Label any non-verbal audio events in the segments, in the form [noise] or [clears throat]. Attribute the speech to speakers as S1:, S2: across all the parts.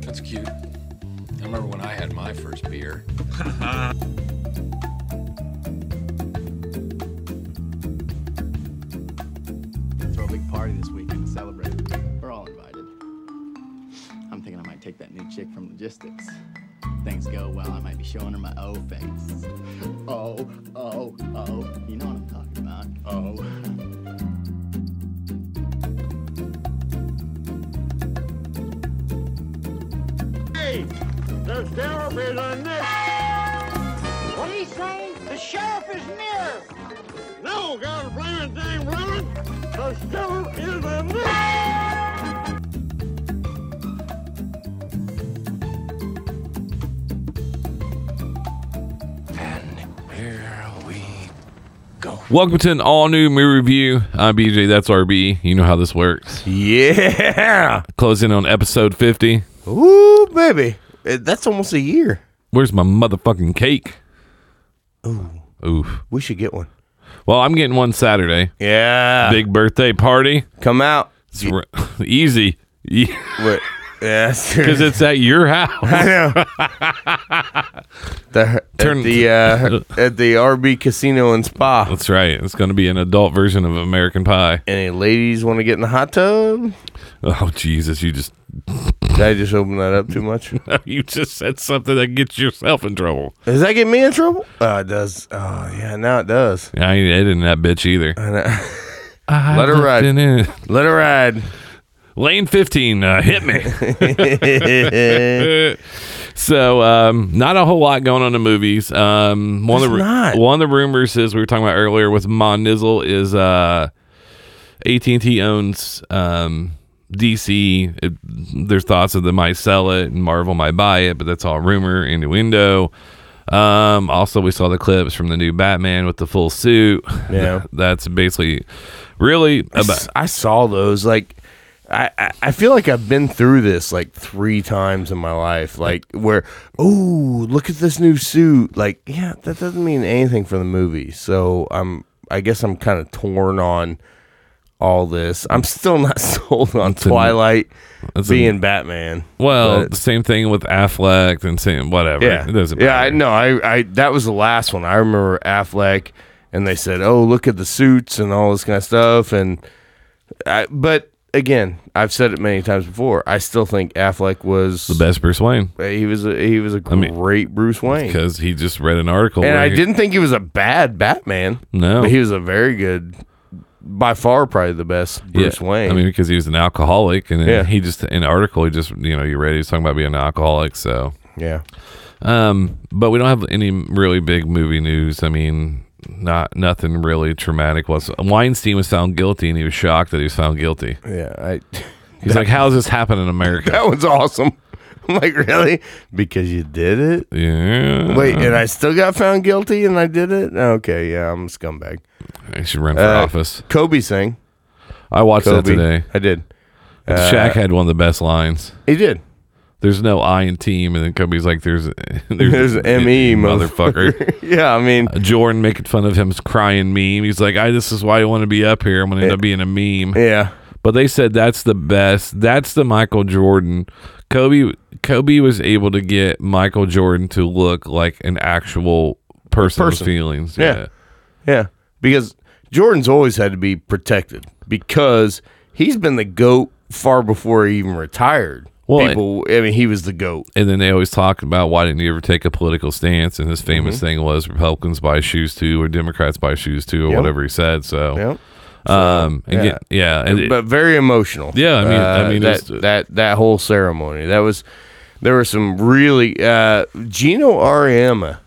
S1: That's cute. I remember when I had my first beer.
S2: Throw a big party this weekend to celebrate. We're all invited. I'm thinking I might take that new chick from logistics. Things go well, I might be showing her my O face. [laughs] Oh, oh, oh. You know what I'm talking about. Oh.
S3: The sheriff is on this. What do you say? The sheriff is near. No, God blame it, dang woman. The sheriff is on this.
S4: Welcome to an all new movie review. I'm BJ. That's RB. You know how this works.
S5: Yeah.
S4: Closing on episode 50.
S5: Ooh, baby. Eh, That's almost a year.
S4: Where's my motherfucking cake? Ooh. Oof.
S5: We should get one.
S4: Well, I'm getting one Saturday.
S5: Yeah.
S4: Big birthday party.
S5: Come out.
S4: It's r- [laughs] easy. Because
S5: Wait. Yeah, [laughs] it's,
S4: it's at
S5: [laughs]
S4: your house.
S5: I know. the,
S4: Turn-
S5: at the uh, at the RB Casino and Spa.
S4: That's right. It's going to be an adult version of American Pie.
S5: Any ladies want to get in the hot tub?
S4: Oh, Jesus. You just [laughs]
S5: Did I just open that up too much?
S4: you just said something that gets yourself in trouble.
S5: Does that get me in trouble? Oh, it does. Oh, yeah. Now it does. [laughs]
S4: I ain't editing that bitch either.
S5: I know. Let her ride.
S4: In.
S5: Let it [laughs] ride.
S4: Lane 15, uh, hit me. So, um, not a whole lot going on in movies. Um, one of the
S5: There's not.
S4: one of the rumors is we were talking about earlier with Mon Nizzle is uh, AT and T owns um, DC. It, there's thoughts of they might sell it and Marvel might buy it, but that's all rumor innuendo. Um, also, we saw the clips from the new Batman with the full suit. [laughs]
S5: Yeah.
S4: that's basically really
S5: I s-
S4: about.
S5: I saw those. Like, I, I, I feel like I've been through this like three times in my life. Like, where, oh, look at this new suit. Like, yeah, that doesn't mean anything for the movie. So I'm, I guess I'm kind of torn on all this. I'm still not [laughs] sold on
S4: a-
S5: Twilight
S4: that's a-
S5: being Batman.
S4: Well,
S5: but-
S4: the same thing with Affleck and same whatever.
S5: yeah,
S4: it doesn't
S5: yeah, I
S4: matter.
S5: know. I, I, that was the last one. I remember Affleck, and they said, "Oh, look at the suits and all this kind of stuff." And I, but again, I've said it many times before. I still think Affleck was
S4: the best Bruce Wayne
S5: He was a, he was a great
S4: mean-
S5: Bruce Wayne, and
S4: because he just read an article. where
S5: I
S4: he-
S5: didn't think he was a bad Batman.
S4: No.
S5: but he was a very good, by far, probably the best
S4: Yeah,
S5: Bruce Wayne.
S4: I mean, because he was an alcoholic, and then
S5: Yeah.
S4: he just in the article he just you know you read he was talking about being an alcoholic. So,
S5: yeah,
S4: um, but we don't have any really big movie news. I mean, not nothing really traumatic. Was Weinstein was found guilty, and he was shocked that he was found guilty.
S5: yeah. I [laughs]
S4: He's like, "How does this happen in America?"
S5: that was awesome. I'm like, really? Because you did it.
S4: [laughs] yeah,
S5: Wait, and I still got found guilty and I did it? Okay, yeah, I'm a scumbag.
S4: I should run for
S5: Uh,
S4: office.
S5: Kobe sang.
S4: I watched
S5: Kobe. Uh,
S4: that today.
S5: I did.
S4: Shaq had one of the best lines.
S5: He did.
S4: There's no I in team, and then Kobe's like, "There's [laughs]
S5: There's E, ME,
S4: motherfucker."
S5: [laughs] yeah, I mean,
S4: Jordan making fun of him crying meme. He's like, I this is why I want to be up here. I'm gonna end up being a meme.
S5: yeah.
S4: But they said that's the best. That's the Michael Jordan. Kobe Kobe was able to get Michael Jordan to look like an actual person's
S5: Person.
S4: feelings.
S5: Yeah. Yeah. Because Jordan's always had to be protected because he's been the GOAT far before he even retired.
S4: Well,
S5: People, I mean, he was the GOAT.
S4: And then they always talk about why didn't he ever take a political stance? And his
S5: Mm-hmm.
S4: famous thing was Republicans buy shoes too, or Democrats buy shoes too, or
S5: Yep.
S4: whatever he said. So,
S5: Yep.
S4: um,
S5: Yeah.
S4: and yeah, yeah, and it-
S5: but very emotional.
S4: Yeah, I mean- I
S5: Uh,
S4: mean,
S5: that
S4: it's-
S5: that that whole ceremony. That was there were some really uh, Gino Ariema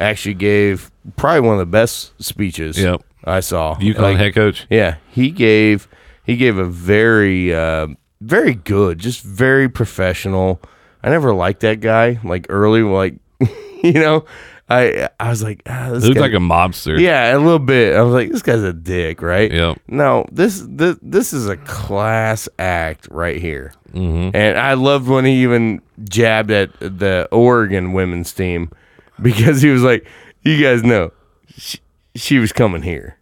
S5: actually gave probably one of the best speeches.
S4: Yep.
S5: I saw
S4: UConn
S5: Like,
S4: head coach.
S5: Yeah, he gave he gave a very uh, very good, just very professional. I never liked that guy. Like early, like [laughs] you know, I I was like, ah, this
S4: He looked
S5: guy-
S4: like a mobster.
S5: yeah, a little bit. I was like, this guy's a dick, right?
S4: Yep.
S5: No, this this this is a class act right here. Mm-hmm. And I loved when he even jabbed at the Oregon women's team [laughs] because he was like, "You guys know, she, she was coming here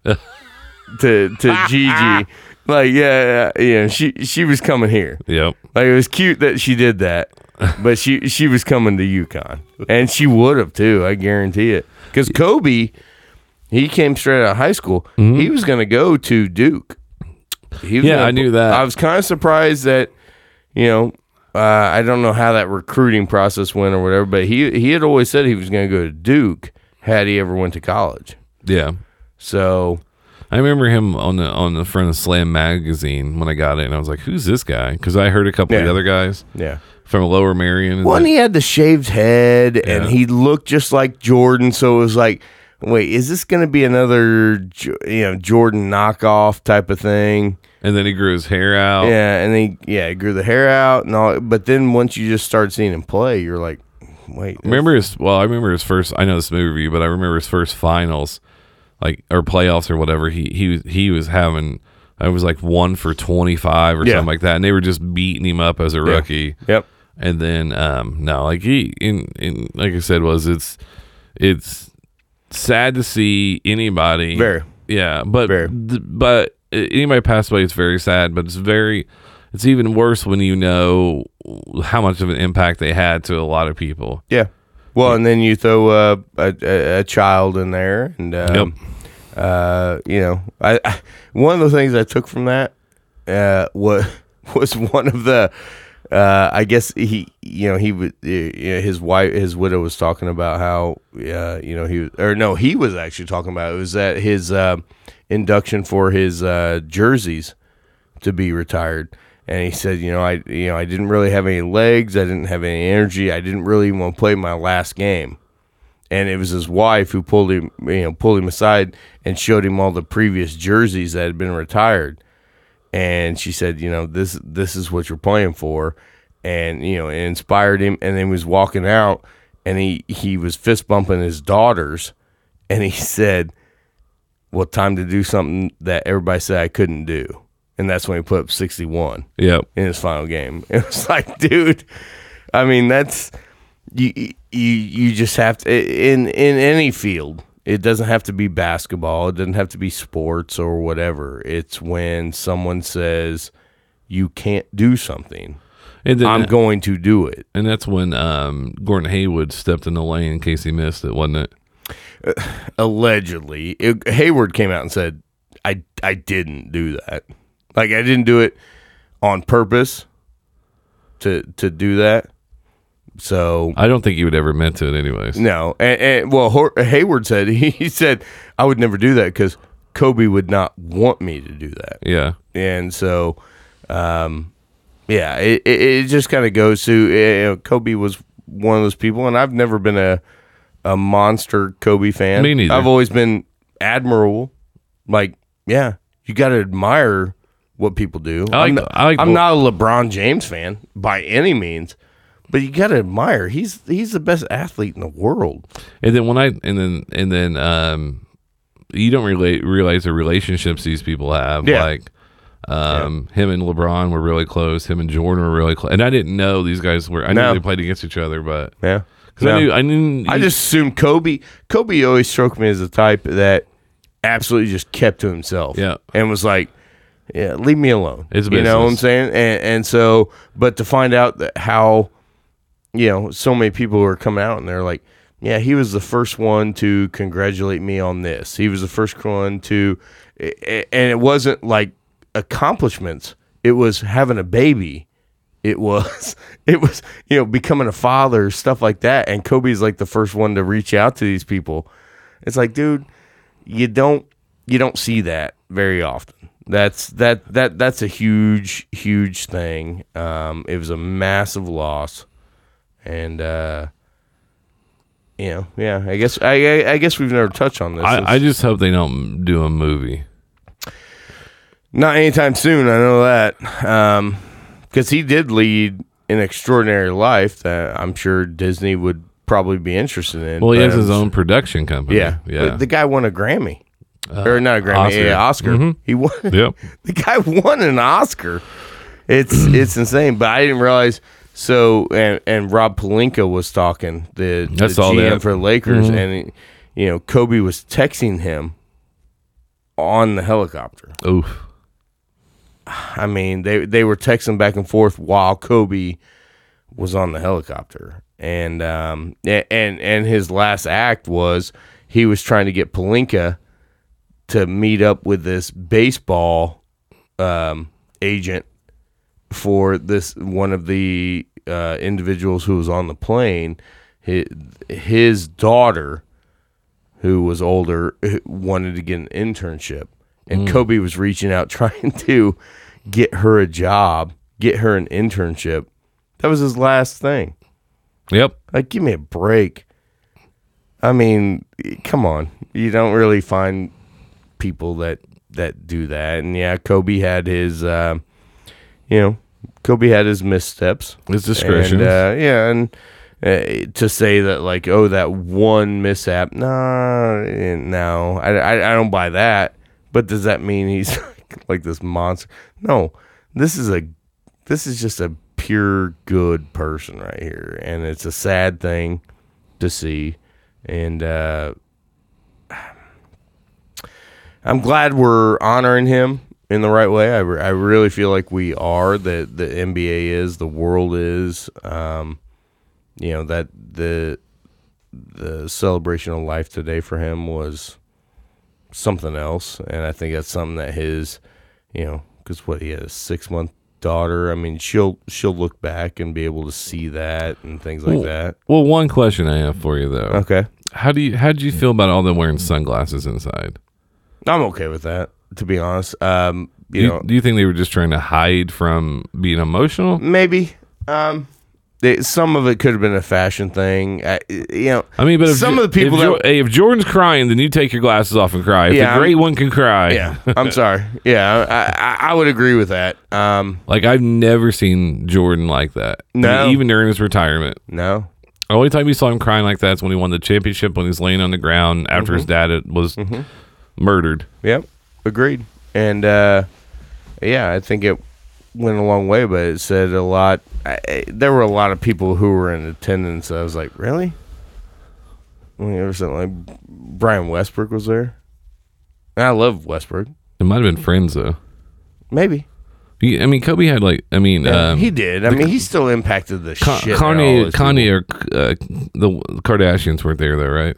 S5: to to Gigi." Like, yeah, yeah, yeah, she she was coming here.
S4: Yep.
S5: Like it was cute that she did that. but she she was coming to UConn, and she would have too. I guarantee it. Because Kobe, he came straight out of high school. He was going to go to Duke. He was
S4: Mm-hmm. Yeah,
S5: gonna-
S4: I knew that.
S5: I was kind of surprised that you know uh, I don't know how that recruiting process went or whatever, but he he had always said he was going to go to Duke had he ever went to college.
S4: Yeah.
S5: So
S4: I remember him on the on the front of Slam magazine when I got it, and I was like, "Who's this guy?" Because I heard a couple of
S5: Yeah.
S4: the other guys
S5: yeah.
S4: from Lower Marion. and
S5: Well, and
S4: like-
S5: he had the shaved head, and
S4: Yeah.
S5: he looked just like Jordan. So it was like, wait, is this going to be another, Jo- you know, Jordan knockoff type of thing?
S4: and then he grew his hair out.
S5: Yeah, and then he- yeah, he grew the hair out and all. But then once you just start seeing him play, you're like, wait, that's-
S4: Remember his? Well, I remember his first. I know this movie, but I remember his first finals, like or playoffs or whatever. He he was he was having. I was like one for twenty five or
S5: Yeah.
S4: something like that, and they were just beating him up as a rookie.
S5: Yep.
S4: And then um no, like he in in like I said was it's it's sad to see anybody
S5: Very.
S4: yeah, but
S5: Very.
S4: th- but anybody pass away it's very sad, but it's very it's even worse when you know how much of an impact they had to a lot of people.
S5: Yeah. Well, and then you throw uh, a, a a child in there, and um,
S4: Yep.
S5: uh, you know, I, I one of the things I took from that uh, was [laughs] was one of the. Uh, I guess he, you know, he would. You know, his wife, his widow, was talking about how, uh, you know, he or no, he was actually talking about it was at his um induction for his uh, jerseys to be retired. And he said, you know, I you know, I didn't really have any legs, I didn't have any energy, I didn't really even want to play my last game. And it was his wife who pulled him, you know, pulled him aside and showed him all the previous jerseys that had been retired. And she said, you know, this this is what you're playing for. And you know, it inspired him and then he was walking out and he he was fist bumping his daughters and he [laughs] said, well, time to do something that everybody said I couldn't do. And that's when he put up 61
S4: Yep.
S5: in his final game. [laughs] It was like, dude, I mean, that's you you you just have to in in any field. It doesn't have to be basketball, it doesn't have to be sports or whatever. It's when someone says you can't do something.
S4: And then
S5: I'm going to do it.
S4: and that's when um Gordon Haywood stepped in the lane in case he missed it, wasn't it?
S5: allegedly it, Hayward came out and said I I didn't do that. Like I didn't do it on purpose to to do that. So
S4: I don't think he would ever admit to it anyways.
S5: no, and, and well Hor- Hayward said [laughs] he, he said I would never do that because Kobe would not want me to do that
S4: Yeah.
S5: and so um yeah it, it, it just kind of goes to you know, kobe was one of those people and i've never been a a monster kobe fan
S4: Me neither.
S5: i've always been admirable like yeah you gotta admire what people do
S4: I like-
S5: i'm, not,
S4: I like-
S5: am not a lebron james fan by any means but you gotta admire he's he's the best athlete in the world
S4: And then when I and then and then um you don't relate realize the relationships these people have.
S5: Yeah.
S4: Like um him and LeBron were really close, him and Jordan were really close. And I didn't know these guys were I
S5: No.
S4: knew they played against each other, but
S5: yeah
S4: cuz I knew I knew
S5: I
S4: he-
S5: just assumed Kobe. Kobe always struck me as the type that absolutely just kept to himself.
S4: Yeah.
S5: and was like, "Yeah, leave me alone."
S4: It's
S5: you know what I'm
S4: business.
S5: saying? And, and so, but to find out that how, you know, so many people are coming out and they're like, "Yeah, he was the first one to congratulate me on this. He was the first one to," a- a- and it wasn't like accomplishments. It was having a baby it was [laughs] it was you know becoming a father stuff like that and kobe's like the first one to reach out to these people it's like dude you don't you don't see that very often that's that that that's a huge huge thing um it was a massive loss and uh you know yeah i guess i i, I guess we've never touched on this It's
S4: I, I just hope they don't do a movie.
S5: not anytime soon i know that um because he did lead an extraordinary life that i'm sure disney would probably be interested in
S4: Well, he
S5: but
S4: has his
S5: I'm-
S4: own production company.
S5: yeah
S4: Yeah. Uh,
S5: But the guy won a grammy or not a grammy
S4: Oscar. Mm-hmm.
S5: yeah oscar he won
S4: [laughs] yep.
S5: [laughs] the guy won an oscar
S4: [clears throat]
S5: it's it's insane but i didn't realize so and and rob Palinka was talking the, the
S4: That's all Mm-hmm.
S5: gm
S4: that.
S5: for the lakers and you know kobe was texting him on the helicopter
S4: Oof.
S5: I mean, they they were texting back and forth while Kobe was on the helicopter, and um, a- and and his last act was he was trying to get Palinka to meet up with this baseball um, agent for this one of the uh, individuals who was on the plane. His, his daughter, who was older, wanted to get an internship, and Kobe was reaching out [laughs] trying to get her a job, get her an internship. That was his last thing.
S4: Yep.
S5: Like, give me a break. I mean, come on. You don't really find people that that do that. And yeah, Kobe had his, uh, you know, Kobe had his missteps.
S4: His discretion.
S5: And, uh, yeah, and uh, to say that like, oh, that one mishap, nah, eh, no, I, I, I don't buy that. But does that mean he's [laughs] like, like this monster? No, this is a, this is just a pure good person right here, and it's a sad thing to see, and uh, I'm glad we're honoring him in the right way. I, re- I really feel like we are that the NBA is, the world is, um, you know that the the celebration of life today for him was something else, and I think that's something that his, you know, because what he had a six month daughter. I mean, she'll she'll look back and be able to see that and things like that. Uh,
S4: Well, one question I have for you though.
S5: Okay,
S4: How do you how do you feel about all them wearing sunglasses inside?
S5: I'm okay with that. To be honest, um,
S4: Do
S5: you
S4: you,
S5: know,
S4: do you think they were just trying to hide from being emotional?
S5: Maybe. Um, they, some of it could have been a fashion thing. I, you know,
S4: I mean, but if
S5: some
S4: Jo-
S5: of the people
S4: if, Jo-
S5: that
S4: hey, if Jordan's crying, then you take your glasses off and cry. If
S5: Yeah,
S4: the
S5: I'm-
S4: great one can cry,
S5: yeah, I'm sorry. Yeah, I, I, I would agree with that. Um,
S4: Like I've never seen Jordan like that.
S5: No.
S4: even during his retirement.
S5: no,
S4: The only time you saw him crying like that is when he won the championship when he's laying on the ground after
S5: Mm-hmm.
S4: his dad had- was murdered.
S5: Yep, agreed. And uh, yeah, I think it went a long way, but it said a lot. I, I- there were a lot of people who were in attendance. I was like, really? I mean, ever since like Brian Westbrook was there, and I love Westbrook.
S4: It might have been friends though.
S5: Maybe
S4: He- I mean, Kobe had like I mean um,
S5: he did. I mean, he still impacted the
S4: Ka-
S5: shit. out of all
S4: Kanye,
S5: those
S4: Kanye, or uh, the Kardashians weren't there though, right?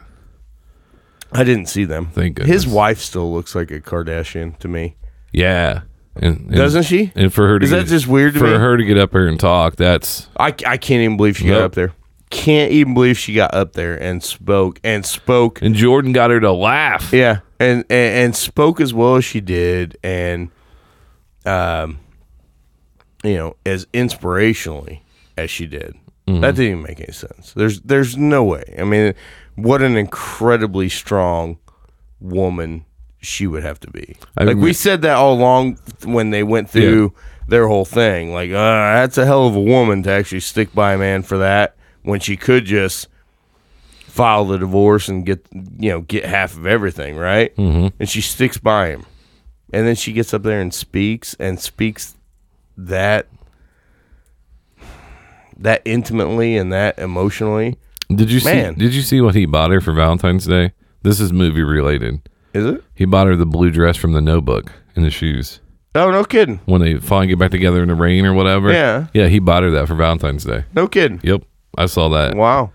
S5: I didn't see them.
S4: Thank goodness.
S5: His wife still looks like a Kardashian to me.
S4: Yeah, and, and-
S5: Doesn't she?
S4: And for her to
S5: Is that
S4: get-
S5: just weird to
S4: for
S5: me?
S4: her to get up here and talk? That's
S5: I, I can't even believe she got
S4: Nope.
S5: up there. Can't even believe she got up there and spoke and spoke.
S4: and Jordan got her to laugh.
S5: Yeah, and and, and spoke as well as she did, and um, you know, as inspirationally as she did. That didn't even make any sense. There's there's no way. I mean, what an incredibly strong woman she would have to be.
S4: I
S5: like we
S4: agree.
S5: said that all along when they went through their whole thing. Like, uh, that's a hell of a woman to actually stick by a man for that when she could just file the divorce and get you know get half of everything, right? Mm-hmm. And she sticks by him, and then she gets up there and speaks and speaks that that intimately and that emotionally.
S4: Did you
S5: Man.
S4: see? Did you see what he bought her for Valentine's Day? This is movie related.
S5: Is it?
S4: He bought her the blue dress from the Notebook and the shoes
S5: Oh, no kidding,
S4: when they finally get back together in the rain or whatever.
S5: Yeah.
S4: yeah. He bought her that for Valentine's Day.
S5: no kidding.
S4: Yep, I saw that.
S5: Wow.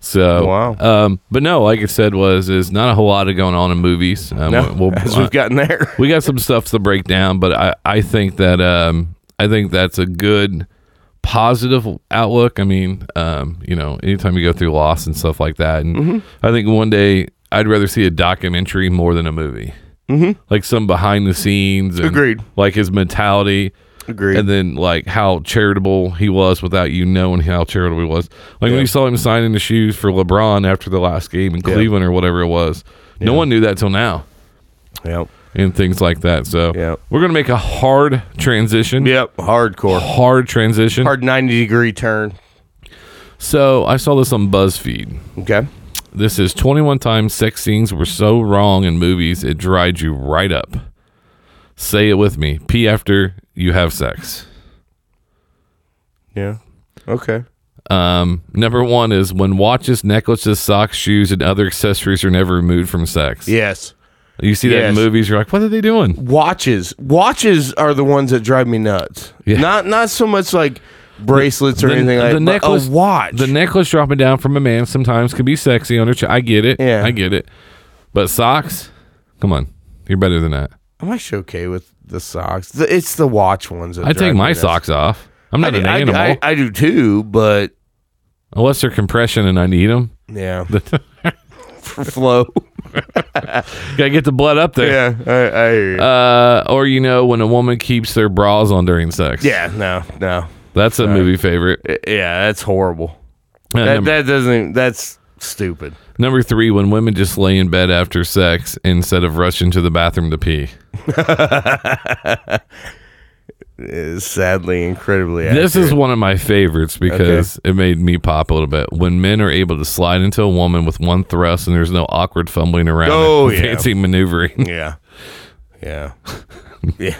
S4: So,
S5: Wow.
S4: um, but no, like I said, was is not a whole lot of going on in movies. Um,
S5: No, [laughs]
S4: we'll-
S5: as we've gotten there.
S4: we got some stuff to break down, but I, I think that um I think that's a good positive outlook. I mean, um, you know, anytime you go through loss and stuff like that, and
S5: Mm-hmm.
S4: I think one day I'd rather see a documentary more than a movie. Mm-hmm. Like some behind the scenes, and
S5: Agreed.
S4: Like his mentality,
S5: [laughs] Agreed.
S4: and then like how charitable he was without you knowing how charitable he was. Like when you saw him signing the shoes for LeBron after the last game in Cleveland or whatever it was, no one knew that till now
S5: yep.
S4: and things like that. So
S5: Yep.
S4: we're gonna make a hard transition.
S5: Yep. Hardcore.
S4: Hard transition.
S5: Hard ninety degree turn.
S4: So I saw this on BuzzFeed.
S5: Okay.
S4: This is 21 times sex scenes were so wrong in movies it dried you right up. Say it with me. Pee after you have sex.
S5: Yeah. Okay.
S4: Um, number one is when watches, necklaces, socks, shoes, and other accessories are never removed from sex.
S5: Yes.
S4: You see that
S5: Yes.
S4: in movies, you're like, what are they doing?
S5: watches watches are the ones that drive me nuts
S4: Yeah.
S5: not not so much like bracelets or
S4: The-
S5: anything like that.
S4: the
S5: but
S4: necklace-
S5: a watch.
S4: The necklace dropping down from a man sometimes can be sexy on a chick. I get it.
S5: Yeah.
S4: I get it. But socks, come on, you're better than that.
S5: I'm actually okay with the socks. The- It's the watch ones. That
S4: I
S5: drive
S4: take
S5: me
S4: my
S5: nuts.
S4: socks off. I'm not
S5: I,
S4: an
S5: I-
S4: animal
S5: I, I do too, but
S4: unless they're compression and I need them. [laughs]
S5: yeah, [laughs] for flow.
S4: Gotta get the blood up there.
S5: Yeah, I, I hear you.
S4: Uh, or you know when a woman keeps their bras on during sex.
S5: yeah, no, no,
S4: that's a movie favorite.
S5: I- yeah, that's horrible.
S4: Uh,
S5: That,
S4: number,
S5: that doesn't. That's stupid.
S4: number three, when women just lay in bed after sex instead of rushing to the bathroom to pee.
S5: It's sadly, incredibly.
S4: This is
S5: accurate.
S4: one of my favorites because it made me pop a little bit. When men are able to slide into a woman with one thrust and there's no awkward fumbling around, [laughs]
S5: Oh,
S4: and
S5: yeah.
S4: fancy maneuvering.
S5: yeah,
S4: [laughs]
S5: yeah, yeah.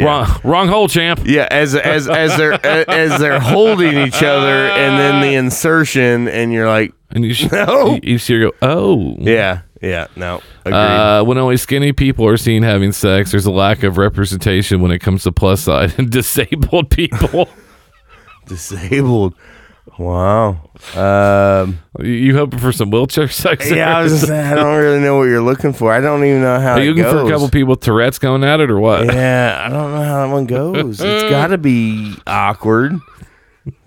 S4: Wrong, wrong hole, champ.
S5: Yeah, as as as they're a- as they're holding each other, and then the insertion, and you're like,
S4: And you,
S5: [laughs]
S4: sh-
S5: No.
S4: you, you see her go, oh.
S5: yeah, yeah, no, agreed.
S4: Uh, when only skinny people are seen having sex, there's a lack of representation when it comes to plus side and [laughs] disabled
S5: [laughs]
S4: people.
S5: Disabled. Wow. Um,
S4: you, you hoping for some wheelchair sex?
S5: yeah, I
S4: [laughs]
S5: was just saying, I don't really know what you're looking for. I don't even know how
S4: Are you
S5: it
S4: looking
S5: goes.
S4: for a couple people with Tourette's going at it or what?
S5: yeah, I don't know how that one goes. It's got to be awkward.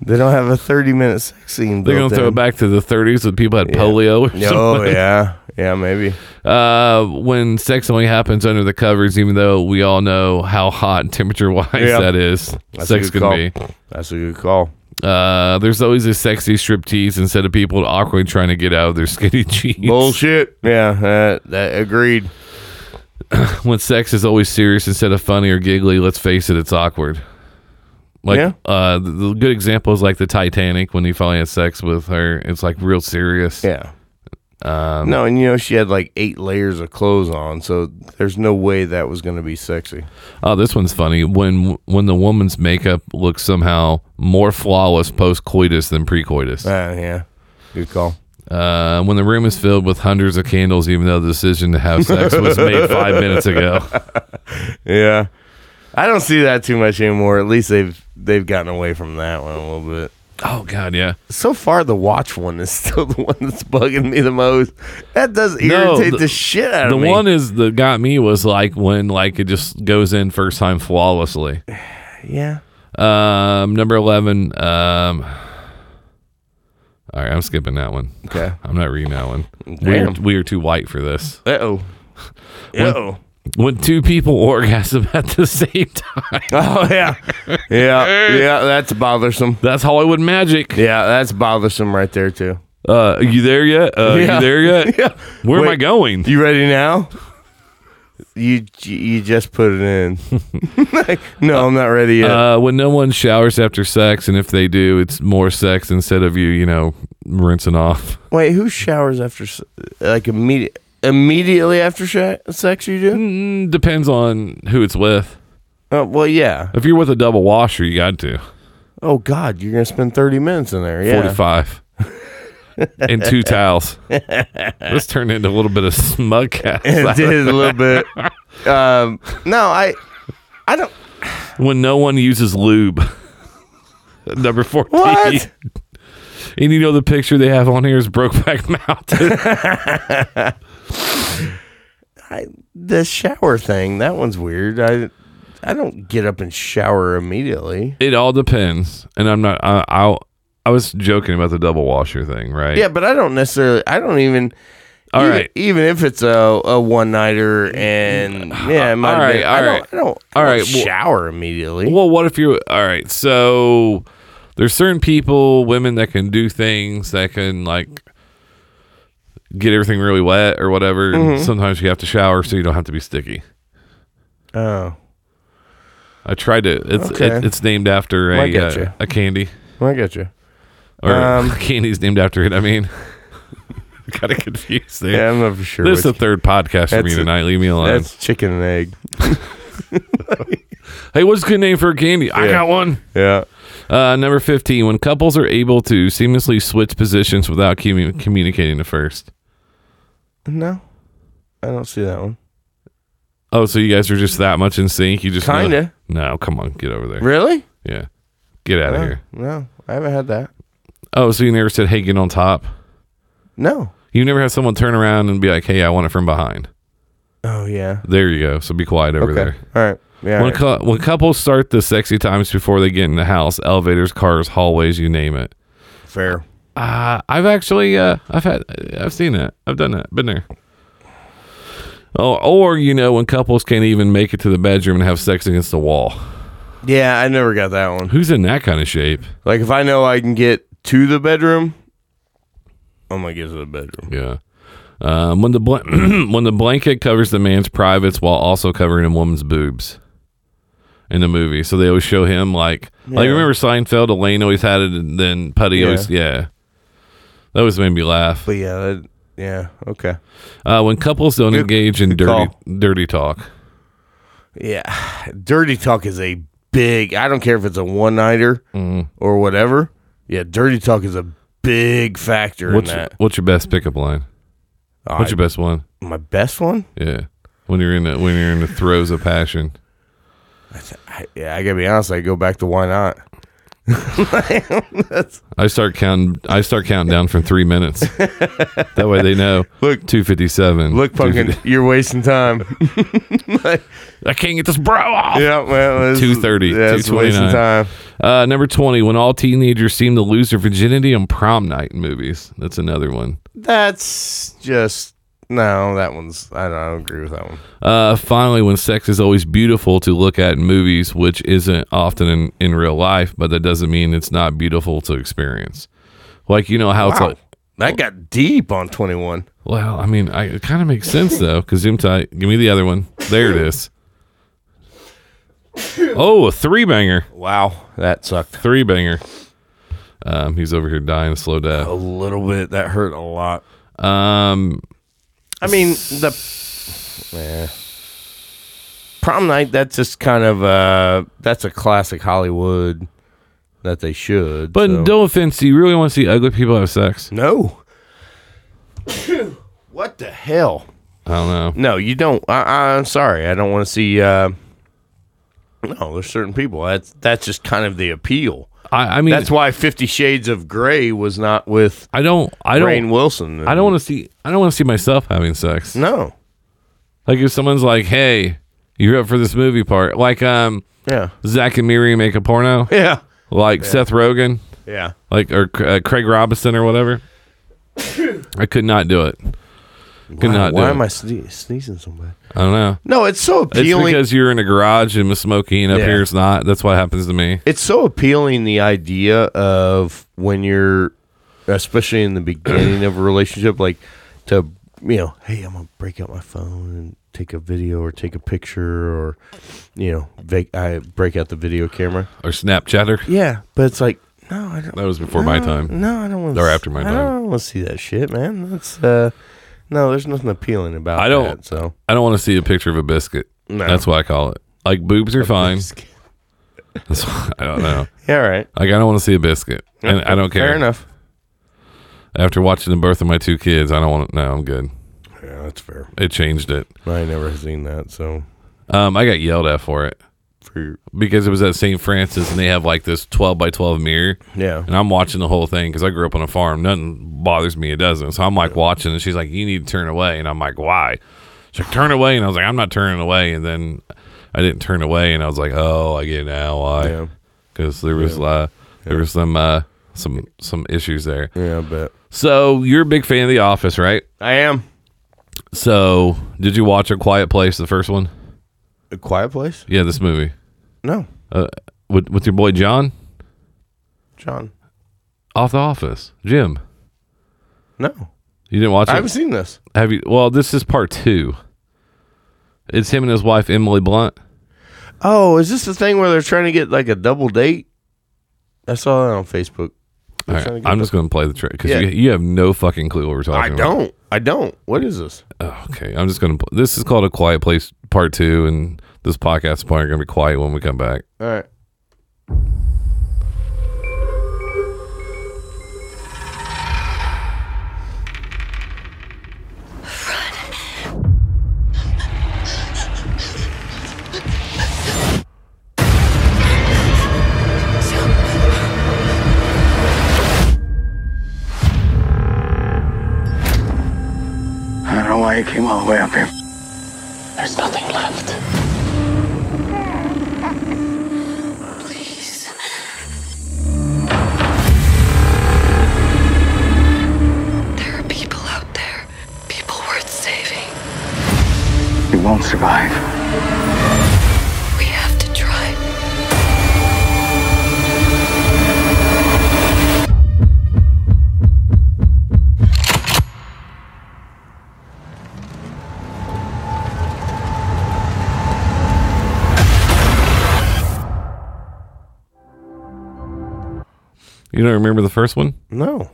S5: They don't have a 30 minute sex scene.
S4: [laughs] They're going
S5: built
S4: to throw
S5: in.
S4: it back to the 30s when people had polio or something.
S5: Oh yeah, yeah, maybe.
S4: uh, when sex only happens under the covers, even though we all know how hot and temperature wise
S5: Yeah.
S4: that is.
S5: That's
S4: sex
S5: a good
S4: can
S5: call.
S4: be.
S5: That's a good call.
S4: Uh, there's always a sexy striptease instead of people awkwardly trying to get out of their [laughs] skinny jeans.
S5: Bullshit. Yeah, that, that agreed.
S4: When sex is always serious instead of funny or giggly, let's face it, it's awkward. Like
S5: Yeah.
S4: uh, the, the good example is like the Titanic when he finally had sex with her. It's like real serious.
S5: Yeah.
S4: Um,
S5: no, and you know she had like eight layers of clothes on, so there's no way that was going to be sexy.
S4: Oh, this one's funny. When when the woman's makeup looks somehow more flawless post coitus than pre coitus.
S5: Ah, yeah, good call.
S4: Uh, when the room is filled with hundreds of candles, even though the decision to have sex
S5: [laughs]
S4: was made five minutes ago.
S5: Yeah, I don't see that too much anymore. At least they've they've gotten away from that one a little bit.
S4: Oh God, yeah.
S5: So far, the watch one is [laughs] still the one that's bugging me the most. That does
S4: No,
S5: irritate
S4: the-
S5: the, shit out
S4: The
S5: of me.
S4: one is that got me was like when like it just goes in first time flawlessly.
S5: yeah,
S4: Um, number eleven. Um, all right, I'm skipping that one.
S5: okay.
S4: I'm not reading that one. We are,
S5: Damn.
S4: we are too white for this.
S5: Uh oh. Uh oh.
S4: When two people [laughs] orgasm at the same time,
S5: [laughs] Oh yeah, yeah, yeah. That's bothersome.
S4: that's Hollywood magic.
S5: Yeah, that's bothersome right there
S4: [laughs]
S5: too.
S4: Uh, are you there yet? Uh,
S5: Yeah.
S4: You
S5: [laughs]
S4: there yet?
S5: Yeah.
S4: Where am I
S5: Wait.
S4: going?
S5: You ready now? You you just put it in. [laughs] no, I'm not ready yet.
S4: Uh, when no one showers after sex, and if they do, it's more sex instead of you, you know, rinsing off.
S5: Wait, who showers after s- like immediate immediately after sh- sex? You do?
S4: Mm, depends on who it's with.
S5: Oh well, yeah.
S4: If you're with a double washer, you got to
S5: Oh God, you're gonna spend 30 minutes in there. Yeah. [laughs]
S4: forty-five and two towels. This turned into a little bit of smug
S5: it [laughs]
S4: cast.
S5: did a little bit. Um, no, I I don't.
S4: [laughs] when no one uses lube. [laughs] Number fourteen.
S5: What?
S4: And you know the picture they have on here is Brokeback [laughs] Mountain.
S5: The shower thing. That one's weird. I I don't get up and shower immediately.
S4: it all depends, and I'm not. I, I I was joking about the double washer thing, right?
S5: Yeah, but I don't necessarily. I don't even.
S4: All
S5: even,
S4: right.
S5: Even if it's a, a one nighter and yeah, it might
S4: Mm, all
S5: have been-
S4: right,
S5: I
S4: all
S5: don't,
S4: right.
S5: I don't,
S4: All
S5: I don't
S4: right, well-
S5: shower immediately.
S4: Well, what if you're all right? So there's certain people, women that can do things that can like get everything really wet or whatever.
S5: Mm-hmm.
S4: And sometimes you have to shower so you don't have to be sticky.
S5: oh,
S4: I tried to. It's
S5: Okay.
S4: it, it's named after
S5: I
S4: a
S5: get
S4: uh,
S5: you.
S4: a candy
S5: I get you.
S4: or [laughs]
S5: Um,
S4: candy's named after it. I mean, [laughs] kind of confused there.
S5: Yeah, I'm not for sure.
S4: this is the
S5: which-
S4: third podcast for me
S5: That's a-
S4: tonight. Leave me alone.
S5: that's chicken and egg.
S4: Hey, what's a good name for a candy? I
S5: Yeah.
S4: got one.
S5: Yeah.
S4: Uh, number 15, when couples are able to seamlessly switch positions without commu- communicating at first.
S5: No, I don't see that one.
S4: Oh, so you guys are just that much in sync? You just
S5: Kinda.
S4: No, come on, get over there.
S5: Really?
S4: Yeah. Get out of here.
S5: No, I haven't had that.
S4: Oh, so you never said, "Hey, get on top."
S5: No.
S4: You never have someone turn around and be like, "Hey, I want it from behind."
S5: Oh yeah.
S4: There you go. So be quiet over
S5: Okay.
S4: there.
S5: All right. Yeah.
S4: When,
S5: all right.
S4: cou- when couples start the sexy times before they get in the house, elevators, cars, hallways, you name it.
S5: Fair.
S4: Uh, I've actually, uh, I've had, I've seen that. I've done that. Been there. Oh, or you know, when couples can't even make it to the bedroom and have sex against the wall.
S5: Yeah, I never got that one.
S4: Who's in that kind of shape?
S5: Like if I know I can get to the bedroom, I'm gonna get to the bedroom.
S4: Yeah. Um, when the bl- [clears throat] when the blanket covers the man's privates while also covering a woman's boobs in the movie, so they always show him like like
S5: Yeah.
S4: remember Seinfeld, Elaine always had it, and then Putty
S5: Yeah.
S4: always yeah. That always made me laugh.
S5: But yeah, that, yeah, okay.
S4: Uh, when couples don't
S5: Good-
S4: engage in
S5: good
S4: dirty
S5: call.
S4: dirty talk,
S5: Yeah, dirty talk is a big. I don't care if it's a one nighter
S4: Mm-hmm.
S5: or whatever. Yeah, dirty talk is a big factor
S4: what's
S5: in
S4: your,
S5: that.
S4: what's your best pickup line? What's your best one?
S5: I- my best one?
S4: Yeah, when you're in the, when you're in the throes of passion.
S5: I, yeah, I gotta be honest. I go back to why not.
S4: I start counting. I start counting down from
S5: [laughs]
S4: three minutes. that way they know.
S5: Look-
S4: two fifty seven.
S5: Look, pumpkin, you're wasting
S4: [laughs]
S5: time. [laughs]
S4: I can't get this bra off.
S5: yeah, well, this is-
S4: 2:30,
S5: Yeah, it's wasting
S4: 2:29.
S5: time.
S4: Uh, number twenty. When all teenagers seem to lose their virginity on prom night in movies. That's another one.
S5: That's just no. That one's. I don't, I don't agree with that one.
S4: Uh, finally, when sex is always beautiful to look at in movies, which isn't often in, in real life, but that doesn't mean it's not beautiful to experience. Like you know how it's
S5: Wow.
S4: like.
S5: that got deep on 21.
S4: Well, I mean, I, it kind of makes sense though, because Zoomtai, give me the other one. There it is. Oh, a three banger.
S5: Wow, that sucked.
S4: three banger. Um, he's over here dying a slow death.
S5: A little bit. That hurt a lot. Oh.
S4: Um,
S5: I mean the yeah. prom night. That's just kind of uh, that's a classic Hollywood that they should.
S4: but
S5: so-
S4: no offense, do you really want to see ugly people have sex? [coughs]
S5: no. what the hell?
S4: I don't know.
S5: No, you don't. I, I, I'm sorry. I don't want to see. Uh, no, there's certain people. That's that's just kind of the appeal.
S4: I, I mean,
S5: That's why Fifty Shades of Grey was not with
S4: I don't. I don't.
S5: Rain Wilson.
S4: I don't want to see. I don't want to see myself having sex.
S5: No.
S4: Like if someone's like, "Hey, you're up for this movie part?" Like, um,
S5: Yeah.
S4: Zach and Miri make
S5: [laughs]
S4: a porno.
S5: Yeah.
S4: Like Seth Rogen,
S5: Yeah.
S4: like or uh, Craig Robinson or
S5: [coughs]
S4: whatever. I could not do it. Could not do
S5: Why
S4: it.
S5: am I sne- sneezing so bad?
S4: I don't know.
S5: No, it's so
S4: It's
S5: appealing.
S4: because you're in a garage and Miss Smokey, and up
S5: Yeah.
S4: here it's not. That's what happens to me.
S5: it's so appealing the idea of when you're especially in the beginning of a relationship like to you know hey i'm gonna break out my phone and take a video or take a picture or you know vac- i break out the video camera
S4: Or Snapchatter.
S5: yeah but it's like no i don't
S4: That was before [gasps] my
S5: no,
S4: time.
S5: no i don't want
S4: Or after my
S5: i
S4: time.
S5: don't want to see that shit man that's uh no there's nothing appealing about
S4: I don't-
S5: that, so
S4: I don't want to see a picture of a biscuit.
S5: No.
S4: That's what I call it. Like boobs are fine. That's [laughs] why- I don't know.
S5: yeah all right
S4: Like I don't want to see a biscuit, and I don't care.
S5: fair enough
S4: After watching the birth of my two kids, I don't want. No, I'm good.
S5: yeah that's fair
S4: It changed it.
S5: i never seen that so
S4: Um, I got yelled at for it
S5: for your,
S4: because it was at St. Francis, and they have like this 12 by 12 mirror.
S5: yeah
S4: And I'm watching the whole thing because I grew up on a farm. Nothing bothers me. It doesn't. So I'm like watching, and she's like, "You need to turn away." And I'm like, "Why?" She's like, "Turn away." And I was like, "I'm not turning away." And then I didn't turn away, and I was like, "Oh, I get it now
S5: Yeah.
S4: why?" Because there was uh, there was some uh, some some issues there.
S5: yeah i bet
S4: So you're a big fan of The Office, right?
S5: I am.
S4: So did you watch A Quiet Place, the first one?
S5: A quiet place?
S4: Yeah, this movie
S5: No.
S4: uh, with with your boy John
S5: John.
S4: off The Office, Jim.
S5: No.
S4: You didn't watch it.
S5: I haven't seen this.
S4: Have you? Well, this is part two. It's him and his wife Emily Blunt.
S5: Oh, is this the thing where they're trying to get like a double date? I saw that on Facebook.
S4: All
S5: trying to
S4: right,
S5: get
S4: I'm
S5: the-
S4: just going to play the trick because
S5: Yeah.
S4: you, you have no fucking clue what we're talking
S5: I
S4: about.
S5: don't. I don't. What is this?
S4: Oh, okay, I'm just going to. This is called a Quiet Place Part Two, and this podcast part are going to be quiet when we come back.
S5: All right.
S3: came all the way up here.
S2: There's nothing left.
S6: There are people out there, people worth saving.
S3: You won't survive.
S6: We have to try.
S4: You don't remember the first one? [laughs]
S5: No,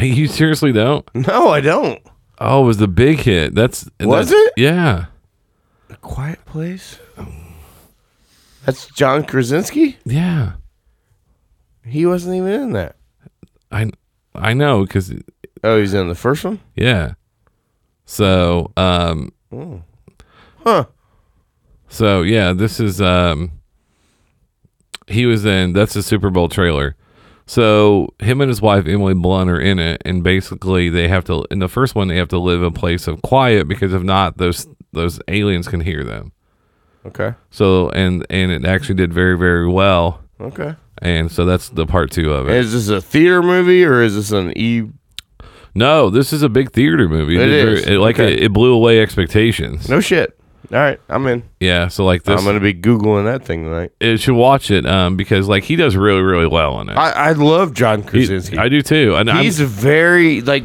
S4: You seriously don't?
S5: no, I don't.
S4: Oh, it was the big hit. That's
S5: Was
S4: that's-
S5: it?
S4: Yeah.
S5: A Quiet Place. That's John Krasinski.
S4: Yeah.
S5: He wasn't even in that.
S4: I I know because
S5: Oh, he's in the first one.
S4: yeah. So um
S5: Mm. Huh.
S4: so yeah this is um he was in that's the Super Bowl trailer. So him and his wife Emily Blunt are in it, and basically they have to in the first one they have to live in a place of quiet because if not those those aliens can hear them.
S5: Okay.
S4: So and and it actually did very very well,
S5: Okay.
S4: and so that's the part two of it.
S5: Is this a theater movie or is this an e?
S4: No, this is a big theater movie.
S5: It
S4: did
S5: is.
S4: very- it- like
S5: Okay.
S4: it, it blew away expectations.
S5: No shit. All right, I'm in.
S4: Yeah, so like this,
S5: I'm gonna be googling that thing tonight.
S4: it should watch it um because like he does really really well in it.
S5: I, I love John
S4: He-
S5: Krasinski.
S4: I do too, and I'm-
S5: He's very like.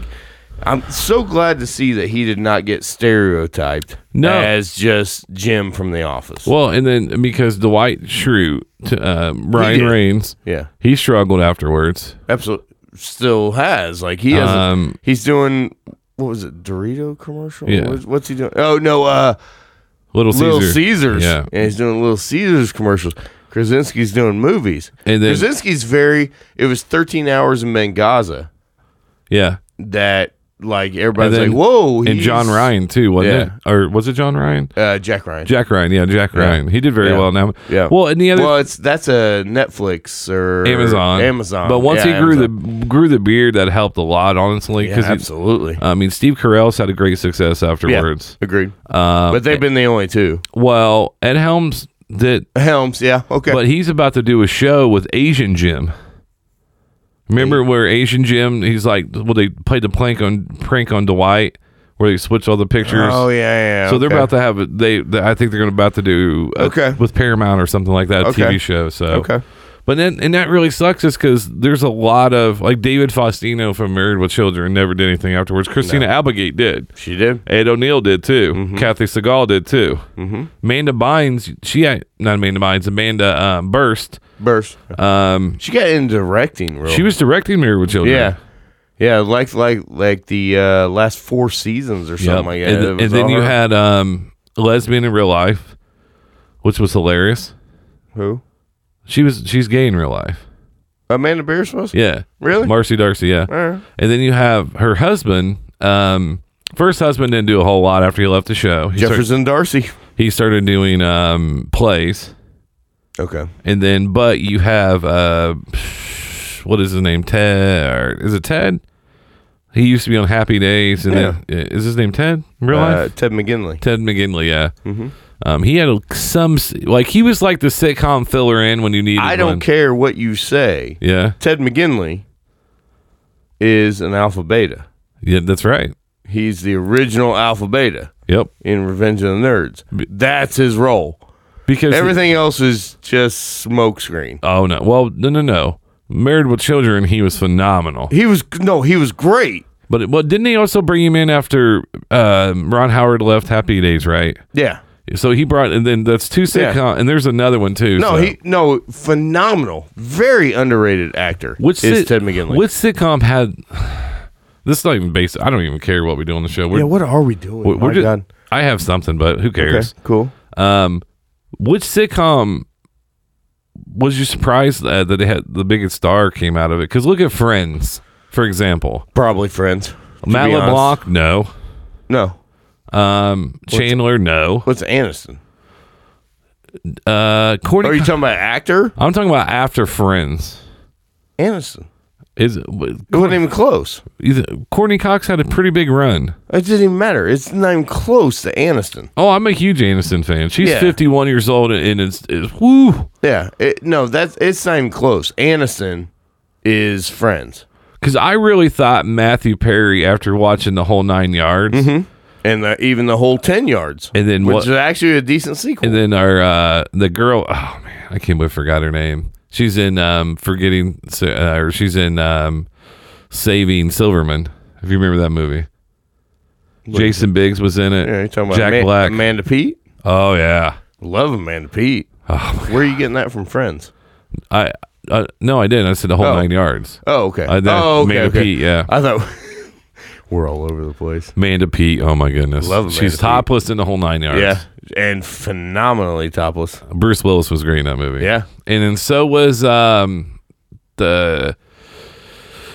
S5: I'm so glad to see that he did not get stereotyped
S4: No.
S5: as just Jim from The Office.
S4: well, and then because Dwight Schrute, t- uh, Ryan
S5: did.
S4: Reigns,
S5: yeah,
S4: he struggled afterwards.
S5: absolutely. Still has like he has.
S4: Um,
S5: he's doing what was it? Dorito commercial?
S4: Yeah.
S5: What's, what's he doing? Oh no, uh,
S4: Little Caesar,
S5: Little Caesars.
S4: yeah,
S5: And he's doing Little Caesars commercials. Krasinski's doing movies.
S4: And then-
S5: Krasinski's very. It was 13 hours in Benghazi
S4: yeah,
S5: that like
S4: and
S5: everybody's
S4: then
S5: like, whoa.
S4: and John
S5: he's-
S4: Ryan too, wasn't
S5: Yeah.
S4: it? Or was it John Ryan?
S5: Uh, Jack Ryan.
S4: Jack Ryan, yeah, Jack Ryan. He did very
S5: Yeah.
S4: well now.
S5: Yeah.
S4: Well, and the other
S5: well, it's that's a Netflix or
S4: Amazon,
S5: Amazon.
S4: But once
S5: Yeah,
S4: he grew
S5: Amazon.
S4: the grew the beard, that helped a lot, honestly.
S5: yeah,
S4: Because
S5: absolutely.
S4: I mean, Steve Carell's had a great success
S5: yeah,
S4: afterwards.
S5: agreed.
S4: Uh,
S5: but they've been the only two.
S4: Well, Ed Helms did,
S5: Helms, yeah, okay.
S4: but he's about to do a show with Asian Jim. Remember where Asian Jim? He's like, well, they played the prank on prank on Dwight, where they switched all the pictures.
S5: oh yeah, yeah. yeah,
S4: So they're
S5: okay.
S4: about to have it- they, they. I think they're going to about to do a-
S5: Okay.
S4: with Paramount or something like that a
S5: Okay.
S4: TV show. So
S5: Okay.
S4: but then and that really sucks is because there's a lot of like David Faustino from Married with Children never did anything afterwards. Christina Applegate did.
S5: She did.
S4: Ed O'Neill did too.
S5: Mm-hmm.
S4: Kathy Segal did too. Mm-hmm. Amanda Bynes, she act- not Amanda Bynes, Amanda um, Burst.
S5: Burst.
S4: Um,
S5: She got into directing. Real.
S4: she was directing Married with Children.
S5: Yeah. Yeah, like like like the uh, last four seasons or
S4: Yep.
S5: something like that.
S4: and,
S5: It
S4: and
S5: was
S4: then
S5: all
S4: you
S5: her.
S4: had um, Lesbian in Real Life, which was hilarious.
S5: who?
S4: She was she's gay in real life.
S5: Amanda Beers was?
S4: Yeah.
S5: Really?
S4: Marcy Darcy, yeah.
S5: Alright.
S4: And then you have her husband. Um, first husband didn't do a whole lot after he left the show. He, start-
S5: Jefferson Darcy.
S4: he started doing um, plays.
S5: Okay.
S4: And then, but you have, uh, what is his name? Ted. Or is it Ted? He used to be on Happy Days. And then, is his name Ted in real
S5: Uh,
S4: life?
S5: Ted McGinley.
S4: Ted McGinley, yeah. Mm-hmm. Um, he had a- some, s- like, he was like the sitcom filler in when you needed
S5: I don't
S4: one.
S5: care what you say.
S4: Yeah.
S5: Ted McGinley is an alpha beta.
S4: Yeah, that's right.
S5: He's the original alpha beta
S4: Yep.
S5: in Revenge of the Nerds. That's his role.
S4: Because
S5: Everything else is just smokescreen.
S4: Oh no! Well, no, no, no. Married with Children, he was phenomenal.
S5: He was no, he was great.
S4: But well, didn't he also bring him in after uh, Ron Howard left Happy Days, right?
S5: Yeah.
S4: So he brought, and then that's two sitcom,
S5: Yeah.
S4: and there's another one too.
S5: No,
S4: so.
S5: he no phenomenal, very underrated actor.
S4: Which
S5: is
S4: sit-
S5: Ted McGinley?
S4: Which sitcom had? This is not even based. I don't even care what we do on the show. We're,
S5: yeah, what are we doing?
S4: we're, we're
S5: My
S4: just.
S5: God.
S4: I have something, but who
S5: Okay,
S4: cares?
S5: cool.
S4: Um, which sitcom was you surprised uh, that they had the biggest star came out of it? Because look at Friends, for example.
S5: Probably friends. to
S4: Matt
S5: be honest.
S4: LeBlanc, no.
S5: No,
S4: Um, Chandler, no.
S5: what's Aniston?
S4: Uh,
S5: Are
S4: Courtney.
S5: you talking about actor
S4: I'm talking about after Friends.
S5: Aniston?
S4: Is
S5: It wasn't even close.
S4: is- Courtney Cox had a pretty big run.
S5: It doesn't even matter. It's not even close to Aniston.
S4: Oh, I'm a huge Aniston fan. She's
S5: Yeah.
S4: 51 years old, and it's, it's woo.
S5: Yeah. It, no, that's it's not even close. Aniston is friends.
S4: Because I really thought Matthew Perry, after watching the whole nine yards,
S5: Mm-hmm. And the, even the whole ten yards.
S4: And then
S5: which
S4: what-
S5: is actually a decent sequel.
S4: and then our uh, the girl, oh man, I can't believe I forgot her name. She's in um, forgetting, Sa- uh, or she's in um, saving Silverman. If you remember that movie, Jason Biggs was in it.
S5: yeah, you're talking about
S4: Jack
S5: Ma-
S4: Black.
S5: Amanda Pete.
S4: Oh yeah,
S5: Love Amanda Pete.
S4: Oh,
S5: Where are you getting that from friends?
S4: I uh, no, I didn't. I said the whole
S5: Oh.
S4: nine yards.
S5: Oh, okay.
S4: I thought
S5: oh, okay,
S4: Amanda
S5: okay.
S4: Peet, yeah.
S5: I thought [laughs] we're all over the place.
S4: Amanda Pete. Oh my goodness,
S5: Love Amanda
S4: she's
S5: Peet.
S4: topless in the whole nine yards.
S5: Yeah, and phenomenally topless.
S4: Bruce Willis was great in that movie.
S5: Yeah.
S4: and then so was um the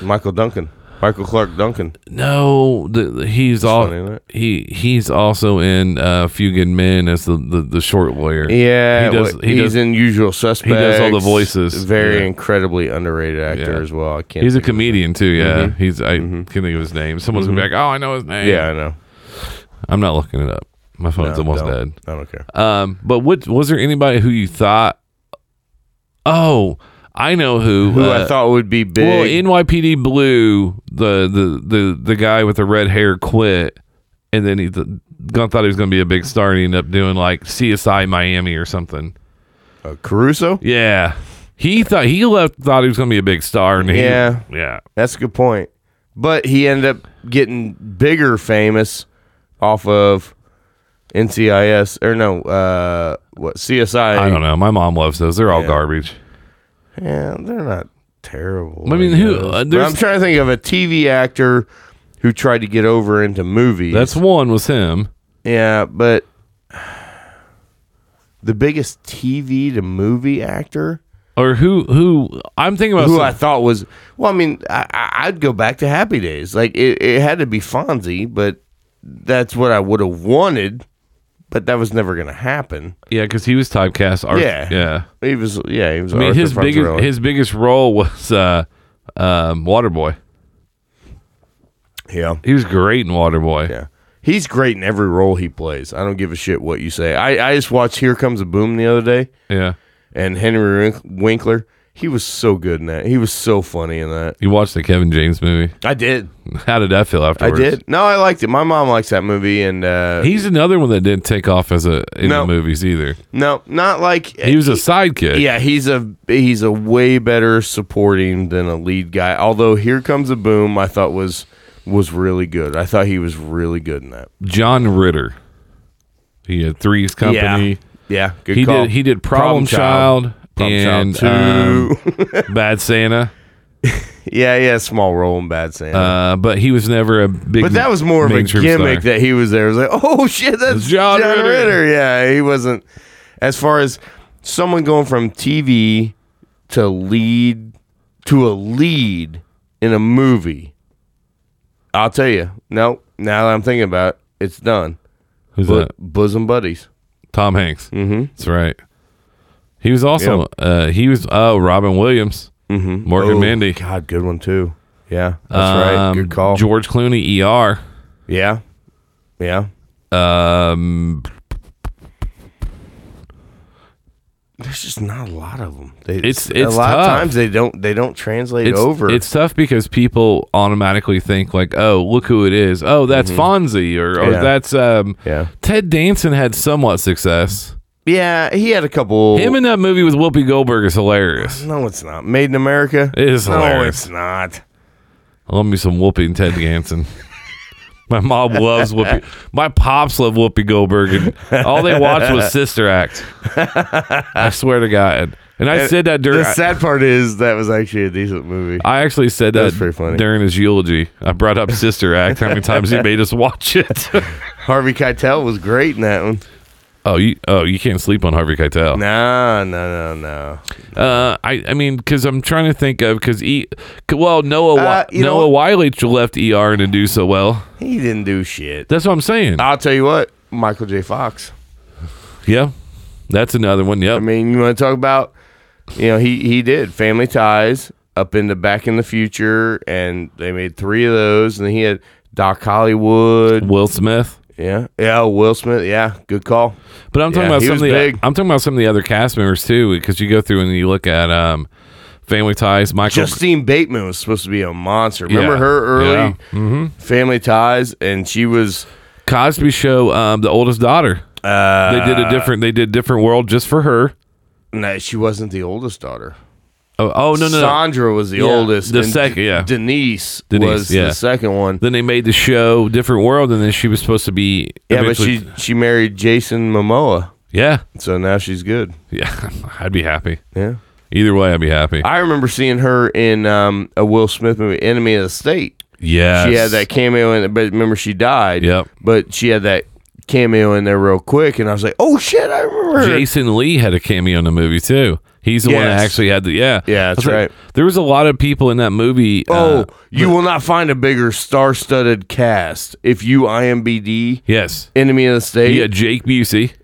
S5: Michael Duncan, Michael Clark Duncan.
S4: no the, the- he's all
S5: funny, isn't it?
S4: he he's also in uh, Few Good Men as the, the the short lawyer.
S5: Yeah,
S4: he does.
S5: well,
S4: he
S5: he's
S4: does,
S5: in Usual Suspects.
S4: all the voices.
S5: Very
S4: Yeah.
S5: incredibly underrated actor
S4: Yeah.
S5: as well. I can't.
S4: He's a
S5: think of-
S4: comedian too. Yeah, he's I can't think of his name. Someone's gonna be like, oh, I know his name.
S5: Mm-hmm. Yeah, I know.
S4: I'm not looking it up. My phone's
S5: No,
S4: almost
S5: don't.
S4: dead.
S5: I don't care.
S4: Um, but what was there anybody who you thought? Oh, I know who.
S5: Who
S4: uh,
S5: I thought would be big.
S4: Well, NYPD Blue, the the the the guy with the red hair quit, and then he the, Gunn thought he was going to be a big star, and he ended up doing like CSI Miami or something.
S5: Uh, Caruso.
S4: Yeah, he thought he left thought he was going to be a big star, and he,
S5: Yeah.
S4: yeah,
S5: That's a good point. But he ended up getting bigger famous off of NCIS or no, uh, what CSI?
S4: I don't know. My mom loves those; they're all
S5: Yeah.
S4: garbage.
S5: Yeah, they're not terrible.
S4: I mean, who-
S5: guess.
S4: uh,
S5: But
S4: there's-
S5: I'm trying to think of a TV actor who tried to get over into movies.
S4: That's one was him.
S5: yeah, but [sighs] the biggest TV to movie actor
S4: Or who? Who? I'm thinking about.
S5: who
S4: some-
S5: I thought was well. I mean, I, I- I'd go back to Happy Days. Like it, it had to be Fonzie, but that's what I would have wanted. But that was never going to happen.
S4: yeah, because he was typecast. Arth-
S5: Yeah.
S4: yeah.
S5: He was, yeah, he was.
S4: I mean,
S5: Arthur
S4: his biggest
S5: Fonzarelli.
S4: his biggest role was uh, um, Waterboy.
S5: yeah,
S4: He was great in Waterboy.
S5: Yeah. He's great in every role he plays. I don't give a shit what you say. I, I just watched Here Comes a Boom the other day
S4: yeah.
S5: and Henry Wink- Winkler. He was so good in that. He was so funny in that.
S4: You watched the Kevin James movie. [laughs]
S5: I did.
S4: How did that feel
S5: I
S4: afterwards?
S5: did. No, I liked it. My mom likes that movie and uh
S4: He's another one that didn't take off as a in
S5: No.
S4: the movies either.
S5: no, not like
S4: He was a sidekick.
S5: Yeah, he's a he's a way better supporting than a lead guy. Although Here Comes a Boom I thought was was really good. I thought he was really good in that.
S4: John Ritter. He had Three's Company.
S5: Yeah, good
S4: He
S5: call.
S4: did. He did Problem, Child,
S5: Problem
S4: and
S5: Child 2.
S4: um, Bad Santa.
S5: [laughs] Yeah, yeah, small role in Bad Santa.
S4: Uh, but he was never a big.
S5: but that was more of a
S4: mainstream
S5: gimmick
S4: star.
S5: that he was there. It was like, oh shit, that's
S4: It's
S5: John,
S4: John
S5: Ritter.
S4: Ritter.
S5: Yeah, he wasn't. As far as someone going from TV to lead to a lead in a movie, I'll tell you. No, now that I'm thinking about it, it's done.
S4: Who's
S5: But
S4: that?
S5: bosom buddies.
S4: Tom Hanks. Mm-hmm. That's right. He was also. Uh, he was. Oh, Robin Williams. Mm-hmm. Morgan
S5: Oh,
S4: Mindy.
S5: God, good one too. Yeah, that's right.
S4: Um,
S5: Good call.
S4: George Clooney. ER.
S5: yeah, yeah.
S4: Um,
S5: There's just not a lot of them. They,
S4: It's-
S5: a
S4: it's
S5: lot of
S4: tough.
S5: times they don't they don't translate
S4: it's
S5: over.
S4: It's tough because people automatically think like, "Oh, look who it is! Oh, that's Fonzie, or, or
S5: Mm-hmm. Yeah.
S4: that's um."
S5: Yeah.
S4: Ted Danson had somewhat success.
S5: Yeah, he had a couple.
S4: Him in that movie with Whoopi Goldberg is hilarious.
S5: no, it's not. Made in America.
S4: It is
S5: No,
S4: hilarious.
S5: it's not.
S4: I love me some Whoopi and Ted Danson. [laughs] My mom loves Whoopi. My pops love Whoopi Goldberg, and all they
S5: [laughs]
S4: watched was Sister Act. I swear to God. And I said that during.
S5: The sad part is that was actually a decent movie.
S4: I actually said
S5: That's
S4: that
S5: pretty funny.
S4: during his eulogy. I brought up Sister
S5: [laughs]
S4: Act. How many times he made us watch it? [laughs]
S5: Harvey Keitel was great in that one.
S4: oh, you oh you can't sleep on Harvey Keitel.
S5: No, no, no, no.
S4: Uh, I I mean because I'm trying to think of because e well Noah
S5: Uh,
S4: Wi-
S5: you know
S4: Noah Wiley left ER and didn't do so well.
S5: He didn't do shit.
S4: That's what I'm saying.
S5: I'll tell you what, Michael J. Fox.
S4: yeah, that's another one. Yep.
S5: I mean, you want to talk about? You know, he he did Family Ties. up into Back in the Future, and they made three of those, and then he had Doc Hollywood.
S4: Will Smith.
S5: Yeah, yeah, Will Smith. Yeah, good call.
S4: But I'm talking
S5: Yeah,
S4: about
S5: he
S4: some of
S5: was
S4: the
S5: big.
S4: I'm talking about some of the other cast members too, because you go through and you look at um, Family Ties, Michael.
S5: Justine Bateman was supposed to be a monster. Remember
S4: Yeah,
S5: her early
S4: yeah. Mm-hmm.
S5: Family Ties, and she was
S4: Cosby Show, um, the oldest daughter.
S5: uh,
S4: They did a different. They did different world just for her.
S5: no, she wasn't the oldest daughter.
S4: Oh, oh no, no, no.
S5: Sandra was the
S4: Yeah,
S5: oldest.
S4: the
S5: and
S4: second- yeah.
S5: Denise,
S4: Denise,
S5: was
S4: yeah.
S5: the second one.
S4: Then they made the show different world, and then she was supposed to be.
S5: Yeah, but
S4: eventually-
S5: she she married Jason Momoa,
S4: Yeah, [laughs]
S5: so now she's good.
S4: yeah. I'd be happy.
S5: Yeah.
S4: Either way, I'd be happy.
S5: I remember seeing her in um, a Will Smith movie, Enemy of the State.
S4: Yeah,
S5: She had that cameo in it, but remember she died.
S4: Yep.
S5: But she had that cameo in there real quick, and I was like, "Oh shit, I remember." her."
S4: Jason Lee had a cameo in the movie too. He's the one that
S5: Yes.
S4: actually had the yeah.
S5: Yeah,
S4: I was
S5: that's
S4: like,
S5: right.
S4: there was a lot of people in that movie.
S5: Oh,
S4: uh,
S5: you will not find a bigger star-studded cast if you IMBD
S4: yes.
S5: Enemy of the State.
S4: You got Jake Busey,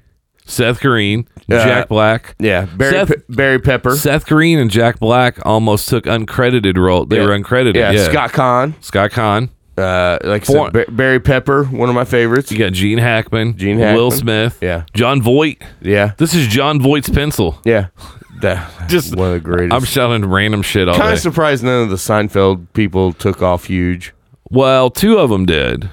S4: Seth Green, Jack Black.
S5: Yeah, Barry
S4: Seth-
S5: Pe- Barry Pepper.
S4: Seth Green and Jack Black almost took uncredited role. They
S5: Yeah.
S4: were uncredited.
S5: yeah,
S4: Yeah,
S5: Scott Kahn.
S4: Scott Kahn.
S5: Uh, like I
S4: Foreign-
S5: said, Ba- Barry Pepper, one of my favorites.
S4: You got Gene Hackman,
S5: Gene Hackman.
S4: Will Smith,
S5: Yeah.
S4: John Voight.
S5: Yeah,
S4: This is John Voight's pencil.
S5: yeah. That,
S4: [laughs] Just-
S5: Just one of the greatest.
S4: I'm shouting random shit all
S5: kind
S4: day.
S5: of surprised none of the Seinfeld people took off huge.
S4: well, two of them did.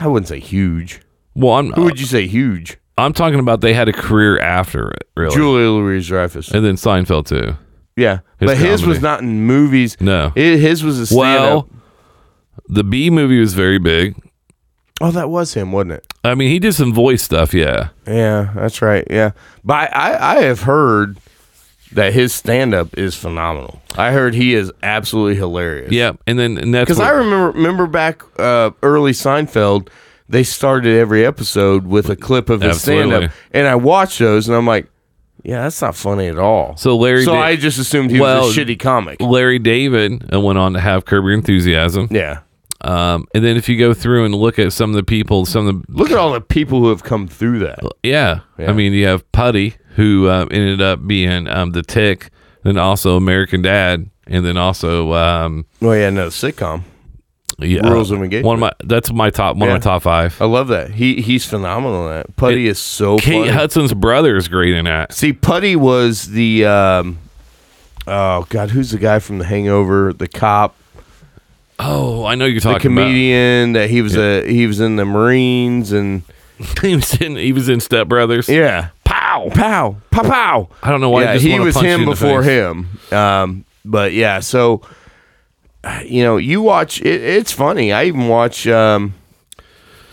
S5: I wouldn't say huge.
S4: Well, I'm
S5: Who would you say huge?
S4: I'm talking about they had a career after it, really,
S5: Julia Louis Dreyfus.
S4: and then Seinfeld too.
S5: Yeah,
S4: His
S5: but his
S4: comedy.
S5: was not in movies.
S4: No.
S5: I- his was a stand-up.
S4: Well, the B movie was very big.
S5: oh, that was him, wasn't it?
S4: I mean, he did some voice stuff, yeah.
S5: Yeah, that's right. Yeah, but I, I, I have heard that his stand-up is phenomenal. I heard he is absolutely hilarious.
S4: Yeah, and then and that's
S5: because I
S4: what-
S5: remember remember back uh, early Seinfeld, they started every episode with a clip of his
S4: Absolutely.
S5: stand-up, and I watched those, and I'm like, yeah, that's not funny at all.
S4: So Larry
S5: so
S4: did-
S5: I just assumed he
S4: Well,
S5: was a shitty comic.
S4: Larry David uh, went on to have Curb Your Enthusiasm.
S5: yeah,
S4: Um, and then if you go through and look at some of the people, some of the
S5: look at all the people who have come through that.
S4: yeah,
S5: Yeah.
S4: I mean, you have Putty who uh, ended up being um, the Tick, then also American Dad, and then also um,
S5: Oh yeah, no sitcom.
S4: yeah, uh,
S5: Rules of Engagement.
S4: One of my that's my top one
S5: Yeah. Oh,
S4: of my top five.
S5: I love that. He he's phenomenal in that. Putty
S4: It-
S5: is so
S4: Kate
S5: funny.
S4: Hudson's brother is great in that.
S5: See, Putty was the um, oh god, who's the guy from The Hangover? The cop,
S4: Oh, I know you're
S5: the
S4: talking
S5: comedian that he was a he was in the Marines and
S4: about. [laughs] He was in he was in Step Brothers.
S5: yeah, pow pow pow pow.
S4: I don't know why I
S5: yeah,
S4: just
S5: he
S4: wanna
S5: was
S4: punch
S5: him
S4: you in the
S5: before
S4: face.
S5: him. Um, but yeah, so you know, you watch it, it's funny. I even watch um.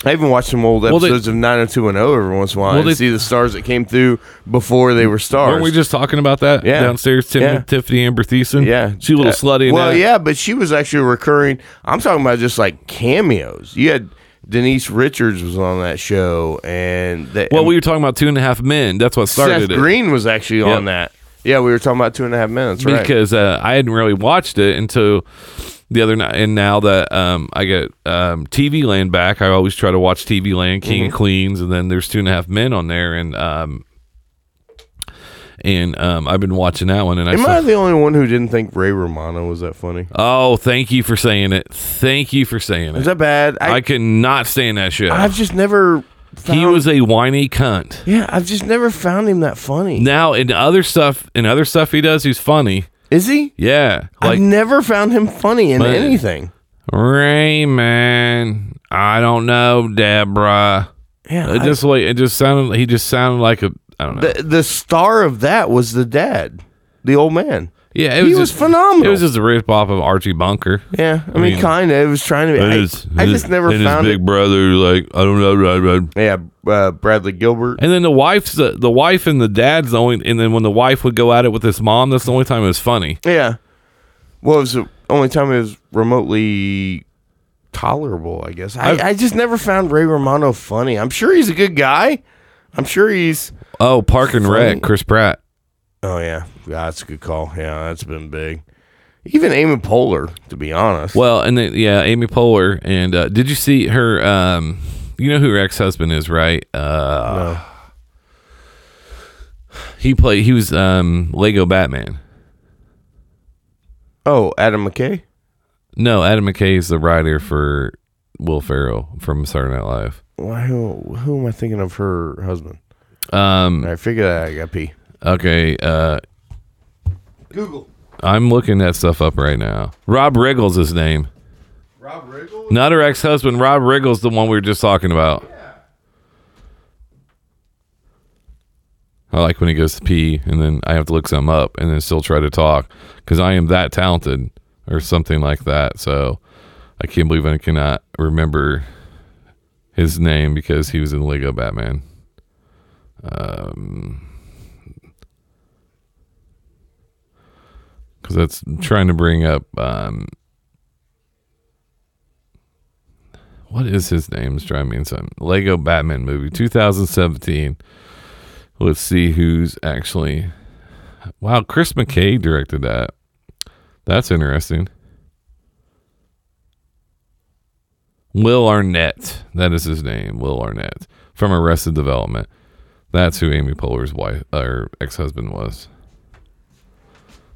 S5: I even watch some old
S4: Well, they-
S5: episodes of 90210 every once in a while
S4: Well,
S5: and
S4: they-
S5: see the stars that came through before they were stars.
S4: Weren't we just talking about that
S5: Yeah.
S4: downstairs? Tim,
S5: Yeah.
S4: Tiffany Amber Thiessen.
S5: Yeah,
S4: she a little
S5: Uh,
S4: slutty. in
S5: Well,
S4: that.
S5: yeah, but she was actually recurring. I'm talking about just like cameos. You had Denise Richards was on that show, and that,
S4: Well,
S5: and
S4: we were talking about Two and a Half Men. That's what started
S5: Seth
S4: it.
S5: Green was actually on
S4: Yep.
S5: that. Yeah, we were talking about two and a half minutes, right?
S4: because uh, I hadn't really watched it until the other night. And now that um, I get um, TV Land back, I always try to watch TV Land, King
S5: Mm-hmm.
S4: of Queens, and then there's Two and a Half Men on there, and um, and um, I've been watching that one. And I
S5: Am
S4: saw-
S5: I the only one who didn't think Ray Romano was that funny?
S4: oh, thank you for saying it. Thank you for saying
S5: Is
S4: it.
S5: that bad?
S4: I,
S5: I,
S4: could not stand that shit.
S5: have just never. Found,
S4: he was a whiny cunt.
S5: Yeah, I've just never found him that funny.
S4: Now in other stuff, in other stuff he does, he's funny.
S5: Is he?
S4: Yeah, like
S5: I've never found him funny in
S4: Man.
S5: anything.
S4: Raymond. I don't know, Deborah.
S5: Yeah,
S4: It
S5: I-
S4: just like it just sounded. He just sounded like a. I don't know.
S5: the the star of that was the dad, the old man.
S4: yeah,
S5: he was
S4: just-
S5: phenomenal.
S4: It was just a rip off of Archie Bunker.
S5: Yeah, I, mean,
S4: mean,
S5: kind of. It was trying to be. I, I just never found it.
S4: brother, like I don't know,
S5: Yeah, uh, Bradley Gilbert.
S4: And then the wife's the, the wife and the dad's the only. And then when the wife would go at it with his mom, that's the only time it was funny.
S5: Yeah. Well, it was the only time it was remotely tolerable, I guess. I,
S4: I've-
S5: I just never found Ray Romano funny. I'm sure he's a good guy. I'm sure he's.
S4: Oh, Park and
S5: Funny.
S4: Rec, Chris Pratt.
S5: Oh yeah, Yeah, that's a good call. Yeah, that's been big. Even Amy Poehler, to be honest.
S4: Well, and then yeah, Amy Poehler. And uh, did you see her? Um, you know who her ex husband is, right? Uh,
S5: No.
S4: He played. He was um, Lego Batman.
S5: Oh, Adam McKay.
S4: No, Adam McKay is the writer for Will Ferrell from Saturday Night Live.
S5: Why? Who, who am I thinking of? Her husband.
S4: Um,
S5: I figure that I got P.
S4: okay, uh,
S5: Google.
S4: I'm looking that stuff up right now. Rob Riggle's his name.
S5: Rob Riggle.
S4: Not her ex husband. Rob Riggle's the one we were just talking about. I like when he goes to pee and then I have to look something up and then still try to talk because I am that talented or something like that. So I can't believe I cannot remember his name because he was in Lego Batman. Because that's trying to bring up um, what is his name? It's driving me insane. Lego Batman movie, 2017. Let's see who's actually. Wow, Chris McKay directed that. That's interesting. Will Arnett. That is his name. Will Arnett from Arrested Development. That's who Amy Poehler's wife or ex-husband was.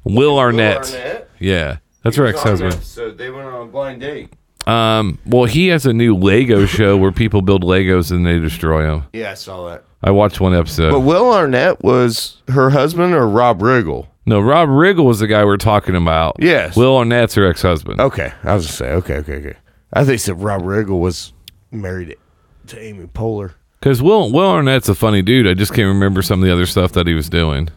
S4: Will Arnett. Yeah, that's her ex-husband.
S5: So they went on a blind date.
S4: Um, well, he has a new Lego show where people build Legos and they destroy them.
S5: Yeah, I saw that.
S4: I watched one episode.
S5: But Will Arnett was her husband or Rob Riggle?
S4: no, Rob Riggle was the guy we're talking about.
S5: Yes. Oh.
S4: Will Arnett's her ex-husband.
S5: Okay, I was gonna say okay, okay, okay. I think said Rob Riggle was married to Amy Poehler.
S4: Because Will Will Arnett's a funny dude. I just can't remember some of the other stuff that he was doing.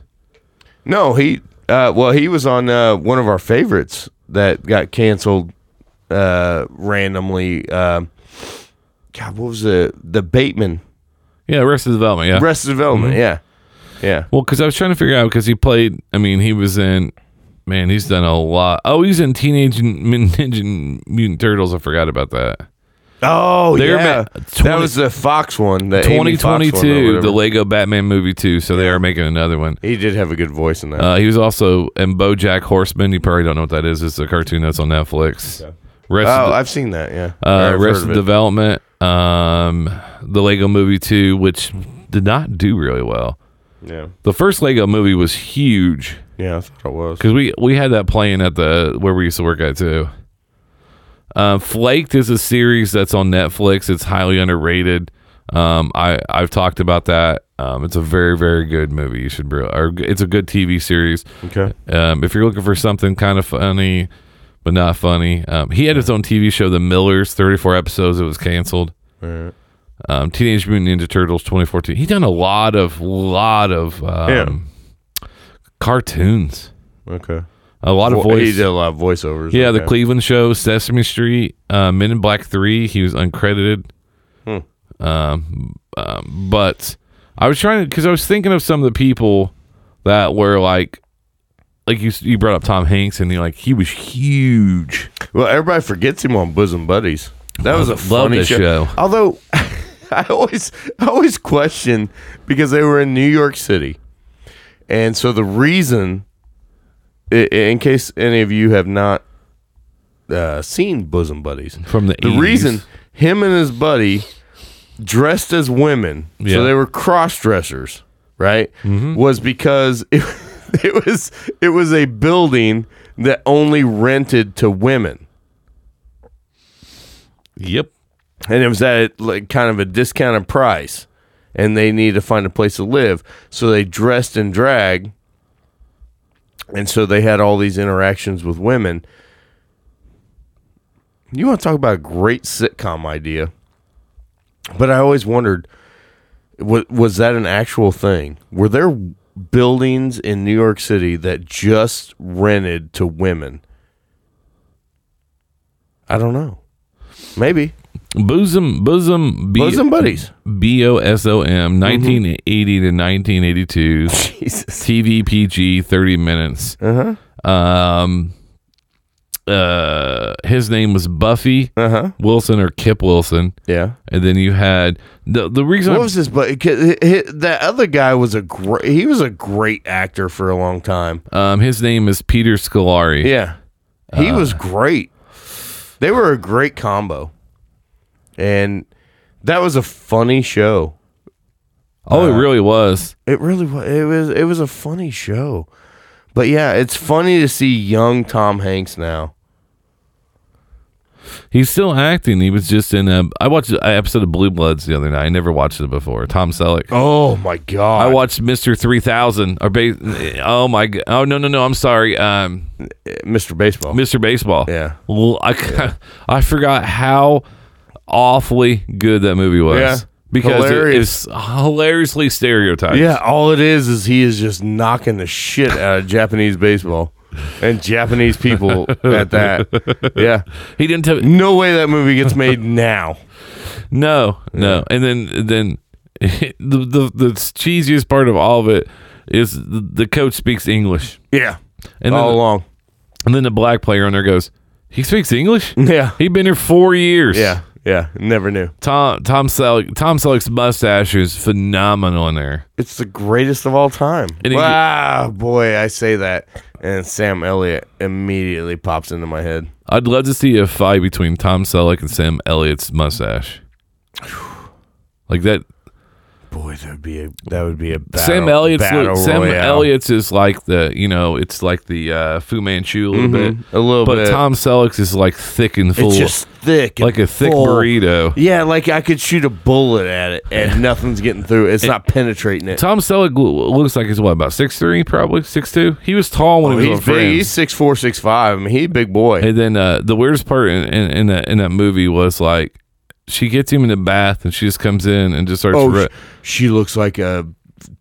S5: No, he. Uh, well, he was on uh, one of our favorites that got canceled uh, randomly. Um God, what was the the Bateman
S4: Yeah, Arrested Development. Yeah.
S5: Rest of Development? Yeah, Mm-hmm. yeah.
S4: well, because I was trying to figure out because he played. I mean, he was in. Man, he's done a lot. Oh, he's in Teenage Mun- [laughs] Ninja Mutant Turtles. I forgot about that.
S5: Oh,
S4: They were
S5: yeah.
S4: ma-
S5: that
S4: 20
S5: was the Fox one. The Amy Fox one or
S4: 2022, the
S5: whatever.
S4: Lego Batman movie too. So they are making another one.
S5: He did have a good voice in that.
S4: Uh, he was also in BoJack Horseman. You probably don't know what that is. It's a cartoon that's on Netflix. Rest
S5: oh,
S4: of
S5: I've seen that. Yeah.
S4: the,
S5: Or
S4: uh,
S5: I've
S4: Rest
S5: heard
S4: of
S5: of it.
S4: Development, um, the Lego Movie Two, which did not do really well.
S5: Yeah.
S4: The first Lego Movie was huge
S5: Yeah, I thought it was.
S4: because we we had that playing at the where we used to work at too. Uh, Flaked is a series that's on Netflix. It's highly underrated. Um, I I've talked about that. Um, it's a very very good movie. You should really, or it's a good TV series.
S5: Okay.
S4: Um, if you're looking for something kind of funny, but not funny, um, he had his own TV show, The Millers, 34 episodes. It was canceled. Um, Teenage Mutant Ninja Turtles, 2014. He done a lot of lot of um, cartoons,
S5: Okay.
S4: a lot of
S5: Vo- He
S4: voice.
S5: did a lot of voiceovers.
S4: Yeah, the
S5: okay.
S4: Cleveland Show, Sesame Street, uh, Men in Black Three. He was uncredited.
S5: Hmm.
S4: Um, um, but I was trying to because I was thinking of some of the people that were like, like you you brought up Tom Hanks and he like he was huge.
S5: Well, everybody forgets him on Bosom Buddies. That was a
S4: Love
S5: funny
S4: this
S5: show.
S4: show.
S5: Although [laughs] I always I always question because they were in New York City. And so the reason i- i- in case any of you have not uh, seen Bosom Buddies
S4: From the
S5: the
S4: 80s.
S5: reason him and his buddy dressed as women,
S4: Yeah.
S5: so they were cross dressers, right? Was because [laughs] it, it was it was a building that only rented to women,
S4: Yep.
S5: and it was at like kind of a discounted price, and they needed to find a place to live, so they dressed in drag, and so they had all these interactions with women. You want to talk about a great sitcom idea? But I always wondered was, was that an actual thing? Were there buildings in New York City that just rented to women? I don't know. Maybe.
S4: Bosom bosom B-
S5: Bosom Mm-hmm. buddies.
S4: B O S O M 1980 to 1982
S5: Jesus.
S4: TV PG 30 minutes. Uh-huh. Um uh his name was Buffy
S5: Uh-huh.
S4: Wilson or Kip Wilson.
S5: Yeah.
S4: And then you had the the reason
S5: What
S4: I-
S5: was this? But that other guy was a great. He was a great actor for a long time.
S4: um his name is Peter Scolari.
S5: Yeah, Uh. he was great. They were a great combo, and that was a funny show. Uh-huh.
S4: Oh, it really was.
S5: It really was. It was. It was a funny show. But yeah, it's funny to see young Tom Hanks now.
S4: He's still acting. He was just in a. I watched an episode of Blue Bloods the other night. I never watched it before. Tom Selleck.
S5: Oh my god!
S4: I watched Mister Three Thousand. Or ba- oh my. g- Oh no no no. I'm sorry. Um,
S5: Mr. Baseball.
S4: Mister Baseball.
S5: Yeah.
S4: Well, I I forgot how awfully good that movie was.
S5: Yeah.
S4: Because
S5: Hilarious.
S4: it's hilariously stereotyped.
S5: Yeah, all it is is he is just knocking the shit out of Japanese baseball and Japanese people at that. Yeah.
S4: He didn't. T-
S5: No way that movie gets made now.
S4: No, no. And then then [laughs] the, the the cheesiest part of all of it is the, the coach speaks English,
S5: Yeah.
S4: and then
S5: all
S4: the,
S5: along. [laughs]
S4: and then the black player on there goes, he speaks English.
S5: Yeah.
S4: He'd been here four years.
S5: Mm. Yeah. Yeah. Never knew.
S4: Tom Tom Selleck Tom Selleck's mustache is phenomenal in there.
S5: It's the greatest of all time.
S4: And he-
S5: wow, boy, I say that. And Sam Elliott immediately pops into my head.
S4: I'd love to see a fight between Tom Selleck and Sam Elliott's mustache. [sighs] Like that,
S5: Boy, that would be a that would be a battle,
S4: Sam Elliott's
S5: battle
S4: Sam
S5: royale.
S4: Elliott's is like the you know it's like the uh, Fu Manchu a little bit,
S5: Mm-hmm. a little
S4: but
S5: bit.
S4: Tom Selleck's is like thick and full,
S5: It's just thick, and
S4: like a thick
S5: full.
S4: burrito.
S5: Yeah, like I could shoot a bullet at it and nothing's getting through. It's not penetrating it.
S4: Tom Selleck lo- looks like he's what about six three, probably six two. He was tall when
S5: Oh,
S4: he was
S5: he's
S4: on
S5: big. He's
S4: Friends.
S5: six four, six five. I mean, he's a big boy.
S4: And then uh, the weirdest part in, in, in that in that movie was like she gets him in the bath and she just comes in and just starts
S5: oh,
S4: ru-
S5: sh- she looks like a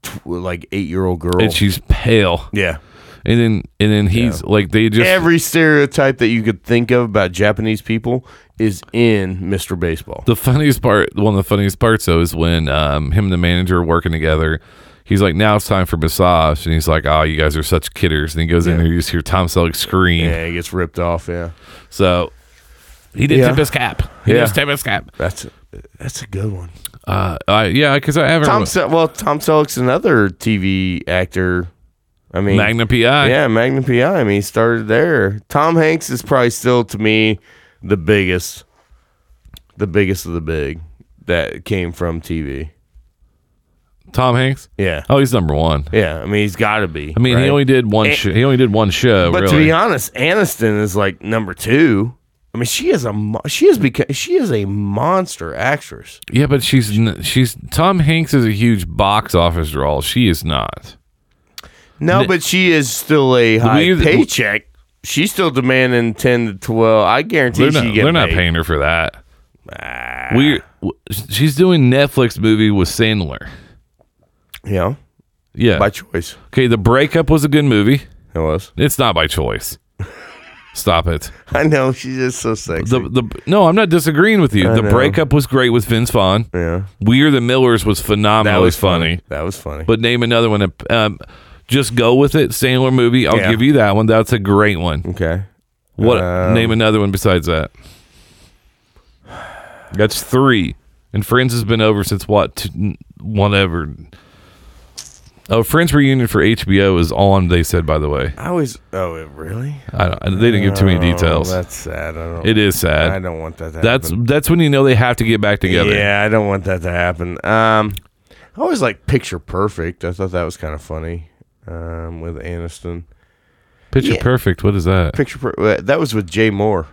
S5: tw- like eight year old girl.
S4: and she's pale.
S5: yeah,
S4: And then and then he's like they just
S5: every stereotype that you could think of about Japanese people is in Mr. Baseball.
S4: the funniest part one of the funniest parts though is when um him and the manager are working together. He's like, now it's time for massage, and he's like, "Oh, you guys are such kidders." And he goes in there, you just hear Tom Selleck scream.
S5: yeah, he gets ripped off. Yeah,
S4: So he did
S5: Yeah.
S4: tip his cap. He
S5: Yeah.
S4: just tip his cap.
S5: that's that's a good one.
S4: Uh, I yeah, because I haven't.
S5: Tom Se- well, Tom Selleck's another TV actor. I mean,
S4: Magna PI.
S5: Yeah, Magnum PI. I mean, he started there. Tom Hanks is probably still to me the biggest, the biggest of the big that came from TV.
S4: Tom Hanks.
S5: Yeah,
S4: Oh, he's number one.
S5: yeah. I mean, he's got to be.
S4: I mean, he
S5: right?
S4: only did one.
S5: Eh.
S4: Sh- he only did one show.
S5: But
S4: really.
S5: to be honest, Aniston is like number two. I mean, she is a mo- she is because she is a monster actress.
S4: yeah, but she's n- she's Tom Hanks is a huge box office draw. She is not.
S5: No, but she is still a high
S4: we-
S5: paycheck. She's still demanding ten to twelve. I guarantee
S4: They're
S5: she
S4: not.
S5: get
S4: They're not
S5: paid. Ah,
S4: paying her for that. We. w- She's doing Netflix movie with Sandler.
S5: Yeah,
S4: Yeah.
S5: by choice.
S4: okay. The breakup was a good movie.
S5: It was.
S4: It's not by choice. Stop it.
S5: [laughs] I know she's just so sexy. [laughs]
S4: The the no, I'm not disagreeing with you. the
S5: know.
S4: breakup was great with Vince Vaughn.
S5: yeah.
S4: We Are the Millers was phenomenally funny.
S5: That was funny.
S4: But name another one. that, Um, just go with it. Sandler movie. I'll
S5: Yeah.
S4: give you that one. That's a great one.
S5: okay.
S4: What?
S5: Um,
S4: name another one besides that. That's three. And Friends has been over since what? T- whatever. Oh, Friends reunion for HBO is on. They said, by the way,
S5: I always. Oh, it really?
S4: I don't, they didn't give too many
S5: Oh,
S4: details.
S5: That's sad. I don't.
S4: It is sad.
S5: I don't want that. To
S4: That's
S5: happen.
S4: that's when you know they have to get back together.
S5: Yeah, I don't want that to happen. Um, I always like Picture Perfect. I thought that was kind of funny. Um, with Aniston.
S4: Picture perfect. What is that?
S5: Picture per- uh, that was with Jay Moore.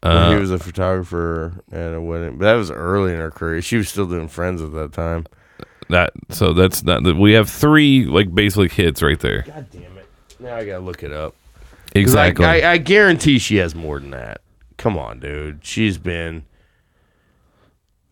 S5: when
S4: Uh,
S5: he was a photographer at a wedding, but that was early in her career. She was still doing Friends at that time.
S4: that so that's not. We have three like basically hits right there.
S5: God damn it! Now I gotta look it up. 'Cause I-
S4: Exactly.
S5: I, I guarantee she has more than that. Come on, dude. She's been.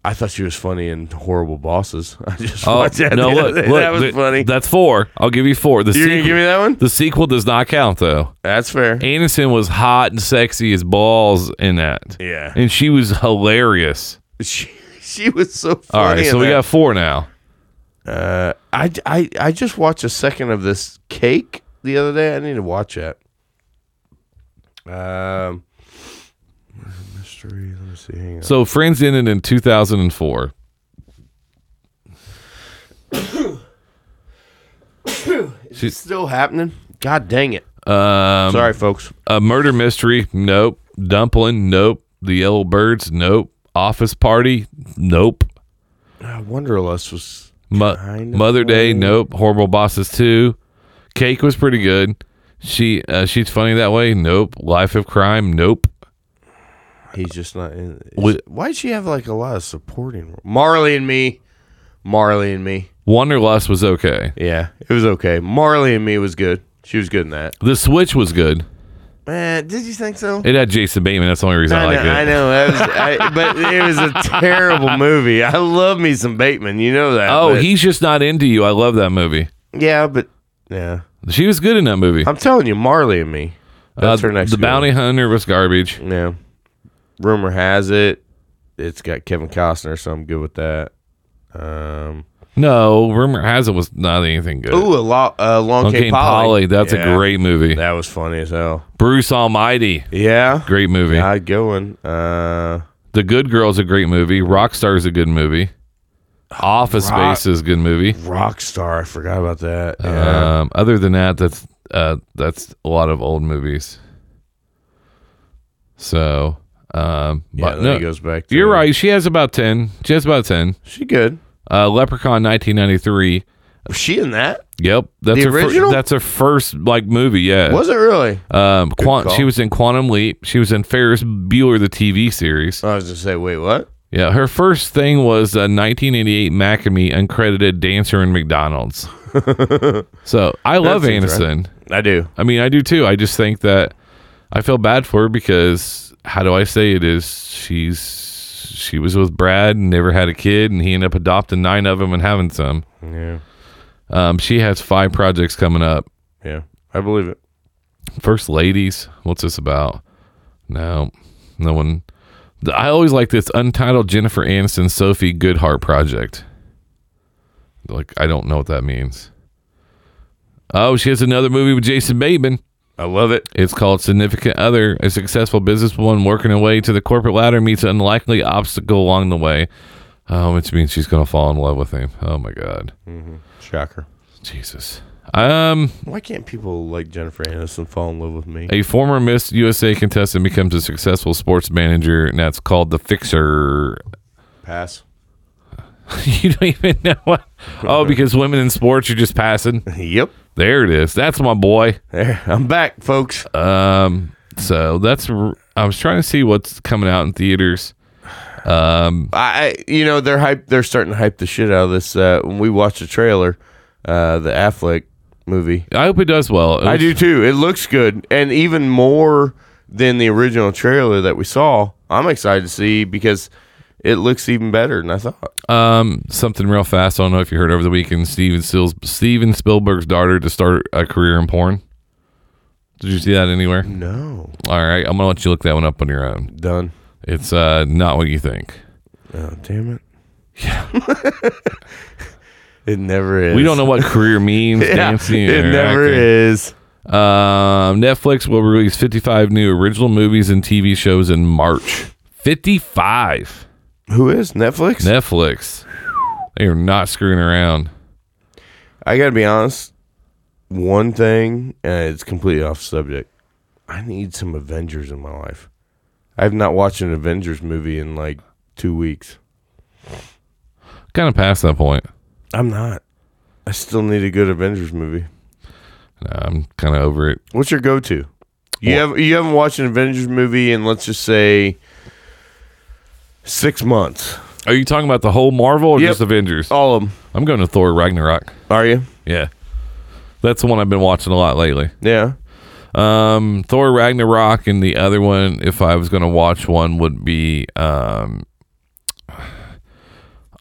S5: I thought she was funny in Horrible Bosses. [laughs] I just watched that.
S4: Oh, no,
S5: the
S4: look,
S5: other day.
S4: look,
S5: that was
S4: th-
S5: funny.
S4: That's four. I'll give you four. The
S5: You're
S4: sequel,
S5: gonna give me that one?
S4: the sequel does not count though.
S5: That's fair.
S4: Anderson was hot and sexy as balls in that.
S5: Yeah.
S4: and she was hilarious.
S5: [laughs] She, she was so funny.
S4: All right, so
S5: in
S4: we
S5: that.
S4: got four now.
S5: Uh, I, I I just watched a second of this cake the other day. I need to watch that. Um, where's the mystery. Let me see. Hang on.
S4: So Friends ended in 2004.
S5: It's still happening. God dang it.
S4: Um,
S5: Sorry, folks.
S4: a murder mystery. Nope. Dumpling. Nope. The Yellow Birds. Nope. Office Party. Nope.
S5: Uh, Wanderlust was
S4: Mo-
S5: Kind of
S4: Mother Day.
S5: funny.
S4: Nope. Horrible Bosses Two. Cake was pretty good. She uh, she's funny that way. Nope. Life of Crime. Nope.
S5: He's just not. In,
S4: Wi-
S5: why'd she have like a lot of supporting? role? Marley and me, Marley and me.
S4: Wanderlust was okay.
S5: Yeah, it was okay. Marley and me was good. She was good in that.
S4: The Switch was good.
S5: Man, did you think so?
S4: It had Jason Bateman. That's the only reason I,
S5: I,
S4: like
S5: know,
S4: it.
S5: I know, that was, I, [laughs] but it was a terrible movie. I love me some Bateman, you know that.
S4: Oh,
S5: but-
S4: he's just not into you. I love that movie.
S5: yeah, but yeah,
S4: She was good in that movie.
S5: I'm telling you, Marley and me. That's
S4: Uh,
S5: her next.
S4: The
S5: good
S4: Bounty Hunter was garbage.
S5: one. Yeah, rumor has it it's got Kevin Costner, so I'm good with that. Um,
S4: No, rumor has it was not anything good.
S5: ooh, a lot. Uh, Long,
S4: Long
S5: Came
S4: Came
S5: Polly.
S4: Polly. That's
S5: Yeah,
S4: a great movie.
S5: That was funny as hell.
S4: Bruce Almighty.
S5: Yeah,
S4: Great movie.
S5: I'd going. Uh,
S4: The Good Girl's a great movie. Rockstar is a
S5: [sighs]
S4: good movie. Office
S5: Rock-
S4: Space is a good movie.
S5: Rockstar. I forgot about that. Yeah.
S4: Um, other than that, that's uh, that's a lot of old movies. So, um,
S5: Yeah,
S4: but
S5: then
S4: no,
S5: he goes back. To,
S4: you're right. She has about ten. She has about ten.
S5: She good.
S4: Uh, Leprechaun, 1993.
S5: Was she in that?
S4: Yep, that's
S5: The
S4: her fir-
S5: original?
S4: that's her first like movie. Yeah,
S5: Was it really?
S4: um, Quan-
S5: call.
S4: she was in Quantum Leap. She was in Ferris Bueller, the TV series.
S5: I was gonna say, wait, what?
S4: Yeah, her first thing was a 1988 Macamee uncredited dancer
S5: [laughs]
S4: in McDonald's. so I love
S5: seems
S4: Anderson.
S5: I do.
S4: I mean, I do too. I just think that I feel bad for her because how do I say it is she's she was with Brad and never had a kid, and he ended up adopting nine of them and having some.
S5: Yeah,
S4: Um, she has five projects coming up.
S5: yeah, I believe it.
S4: First Ladies, what's this about? No, no one. I always like this untitled Jennifer Aniston Sophie Goodhart project. Like I don't know what that means. Oh, she has another movie with Jason Bateman.
S5: I love it.
S4: It's called Significant Other. A successful businesswoman working her way to the corporate ladder meets an unlikely obstacle along the way, um, which means she's going to fall in love with him. Oh my God,
S5: Shocker.
S4: Jesus. Um,
S5: Why can't people like Jennifer Aniston fall in love with me?
S4: a former Miss USA contestant becomes a successful sports manager, and that's called the Fixer. [laughs]
S5: Pass. [laughs]
S4: you don't even know what. Oh, because women in sports, you're just passing.
S5: Yep.
S4: There it is. That's my boy.
S5: There. I'm back, folks.
S4: Um, so that's. r- I was trying to see what's coming out in theaters.
S5: I, I- you know, they're hype. They're starting to hype the shit out of this. Uh, when we watch the trailer, uh, the Affleck movie,
S4: I hope it does well. It
S5: I
S4: was-
S5: do too. It looks good, and even more than the original trailer that we saw. I'm excited to see because it looks even better than I thought.
S4: Um, something real fast. I don't know if you heard over the weekend. Steven Stills, Steven Spielberg's daughter to start a career in porn. Did you see that anywhere?
S5: No,
S4: All right, I'm gonna let you look that one up on your own.
S5: done.
S4: It's uh not what you think.
S5: Oh damn it! Yeah, [laughs] it never is.
S4: We don't know what career means.
S5: [laughs] Yeah,
S4: dancing,
S5: it
S4: or
S5: never
S4: acting.
S5: is.
S4: Um, Netflix will release 55 new original movies and TV shows in March. 55.
S5: Who is Netflix?
S4: Netflix. They are not screwing around.
S5: I gotta be honest. One thing, and it's completely off subject. I need some Avengers in my life. I have not watched an Avengers movie in like two weeks.
S4: Kind of past that point.
S5: I'm not. I still need a good Avengers movie.
S4: I'm kind of over it.
S5: What's your go-to? You have you haven't watched an Avengers movie in let's just say six months.
S4: Are you talking about the whole Marvel or
S5: Yep.
S4: just Avengers?
S5: All of them.
S4: I'm going to Thor Ragnarok.
S5: Are you?
S4: Yeah. That's the one I've been watching a lot lately.
S5: Yeah.
S4: Um, Thor Ragnarok and the other one, if I was going to watch one, would be. Um,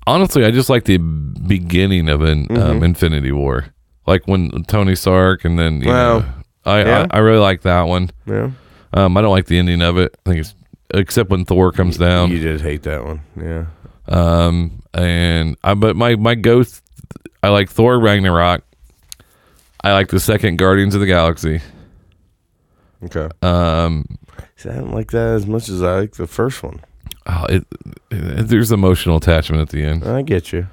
S4: honestly, I just like the beginning of an
S5: Mm-hmm.
S4: um, Infinity War, like when Tony Stark and then you
S5: Wow.
S4: know, I,
S5: Yeah.
S4: I I really like that one.
S5: Yeah.
S4: Um, I don't like the ending of it. I think it's except when Thor comes down.
S5: you did hate that one. Yeah.
S4: Um, and I, but my my go, th- I like Thor Ragnarok. I like the second Guardians of the Galaxy.
S5: Okay. Um See, I didn't like that as much as I like the first one.
S4: Oh, it, it- there's emotional attachment at the end,
S5: I get you.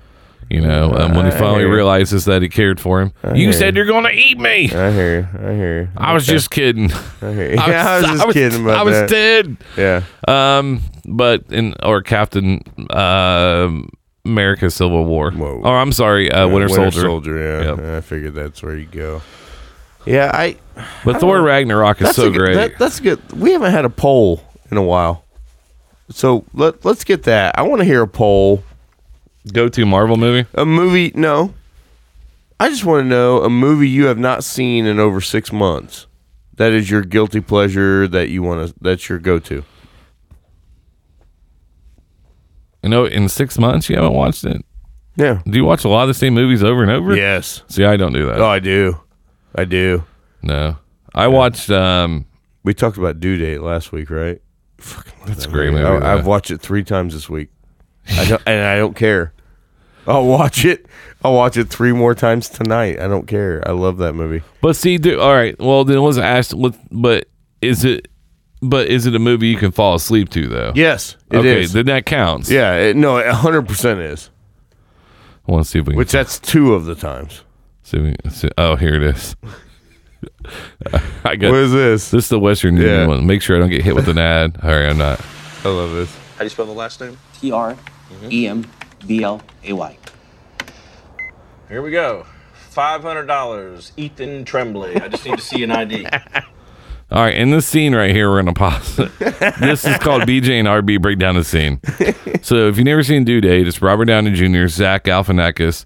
S4: you know, um, when he
S5: Uh, I
S4: finally
S5: hear you.
S4: realizes that he cared for him. you
S5: hear
S4: said
S5: you.
S4: you're gonna eat me.
S5: I hear you. I hear you.
S4: I was
S5: Okay. [laughs]
S4: just kidding.
S5: I hear you. Yeah, I was just kidding about
S4: I was
S5: that.
S4: dead.
S5: yeah.
S4: Um, but in or Captain um America Civil War.
S5: Whoa.
S4: Oh, I'm sorry, uh, Winter, Soldier.
S5: Soldier. Yeah.
S4: Yep.
S5: I figured that's where you go. Yeah, I.
S4: But Thor Ragnarok is
S5: That's
S4: so
S5: a good-
S4: great.
S5: that- that's good. We haven't had a poll in a while, so let let's get that. I want to hear a poll.
S4: Go to Marvel movie.
S5: A movie? No. I just want to know a movie you have not seen in over six months. That is your guilty pleasure. That you want to. That's your go-to.
S4: You know, in six months you haven't watched it.
S5: Yeah.
S4: Do you watch a lot of the same movies over and over?
S5: Yes.
S4: See, I don't do that.
S5: Oh, I do. I do.
S4: No, I watched. um
S5: We talked about due date last week, right? Fucking love
S4: That's
S5: that
S4: a great movie,
S5: I, I've
S4: though.
S5: watched it three times this week, [laughs] I don't, and I don't care. I'll watch it. I'll watch it three more times tonight. I don't care. I love that movie.
S4: But see, do, all right. Well, then it was asked. what- But is it? But is it a movie you can fall asleep to though?
S5: Yes, it is.
S4: okay, then that counts.
S5: yeah, it, no, it 100% is.
S4: I want to see if we can.
S5: Which that's two of the times.
S4: see if we can see- oh, here it is. [laughs] I got
S5: What is this?
S4: this. Is the Western Union
S5: Yeah.
S4: one. Make sure I don't get hit with an ad. All right, I'm not.
S5: I love this.
S7: How do you spell the last name?
S8: T R E M B L A Y.
S7: Here we go. Five hundred dollars, Ethan Tremblay. I just need to see
S8: [laughs]
S7: an ID.
S4: All right, in this scene right here, we're gonna pause. [laughs] it. this is called BJ and RB break down
S5: [laughs]
S4: the scene. So if you've never seen Due Date, it's Robert Downey Jr., Zach Galifianakis.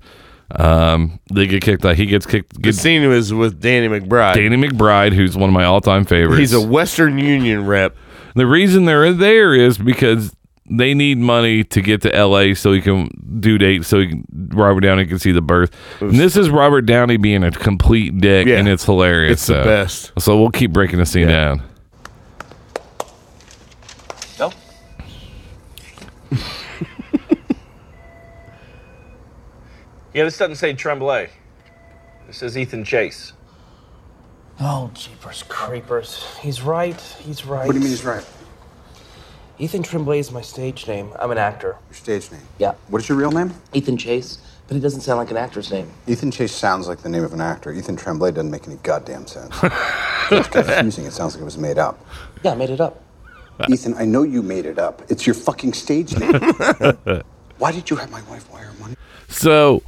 S4: Um, they get kicked out. He gets kicked.
S5: The
S4: Gets
S5: scene was with Danny McBride.
S4: Danny McBride, who's one of my all-time favorites.
S5: He's a Western Union rep.
S4: The reason they're there is because they need money to get to LA so he can do date so he can, Robert Downey can see the birth. And this is Robert Downey being a complete dick,
S5: Yeah.
S4: and it's hilarious.
S5: It's the
S4: so.
S5: best.
S4: So we'll keep breaking the scene
S5: Yeah.
S4: down.
S7: no. [laughs] yeah, this doesn't say Tremblay. This says Ethan Chase.
S9: Oh, jeepers creepers. He's right. He's right.
S2: What do you mean he's right?
S9: Ethan Tremblay is my stage name. I'm an actor.
S2: Your stage name.
S8: Yeah,
S2: What is your real name?
S8: Ethan Chase, but it doesn't sound like an actor's name.
S2: Ethan Chase sounds like the name of an actor. Ethan Tremblay doesn't make any goddamn sense. [laughs] it's confusing. It sounds like it was made up.
S8: Yeah, I made it up.
S2: Ethan, I know you made it up. It's your fucking stage [laughs] name. Why did you have my wife wire money?
S4: So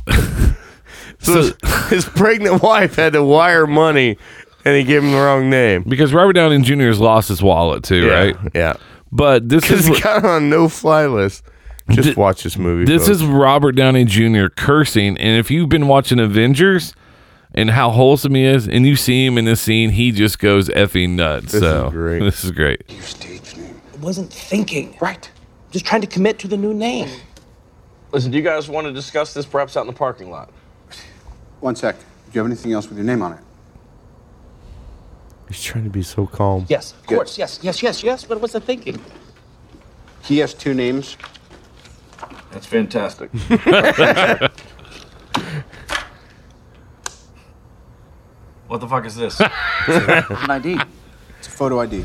S5: So, [laughs] his pregnant wife had to wire money, and he gave him the wrong name.
S4: because Robert Downey Jr. has lost his wallet too, right?
S5: Yeah. [laughs]
S4: But this
S5: Because
S4: is
S5: he got on no fly list. Just watch this movie.
S4: this is Robert Downey Jr. cursing, and if you've been watching Avengers and how wholesome he is, and you see him in this scene, he just goes effing nuts.
S5: This is
S4: so
S5: great.
S4: [laughs] this is great.
S2: Your stage name.
S9: I wasn't thinking.
S2: Right.
S9: I'm just trying to commit to the new name.
S7: Listen, do you guys want to discuss this perhaps out in the parking lot?
S2: One sec. Do you have anything else with your name on it?
S5: He's trying to be so calm.
S9: Yes, of
S2: Good.
S9: course. Yes, yes, yes, yes. But what's the thinking?
S2: He has two names.
S7: That's fantastic. what the fuck is this?
S8: An ID.
S2: It's a photo ID.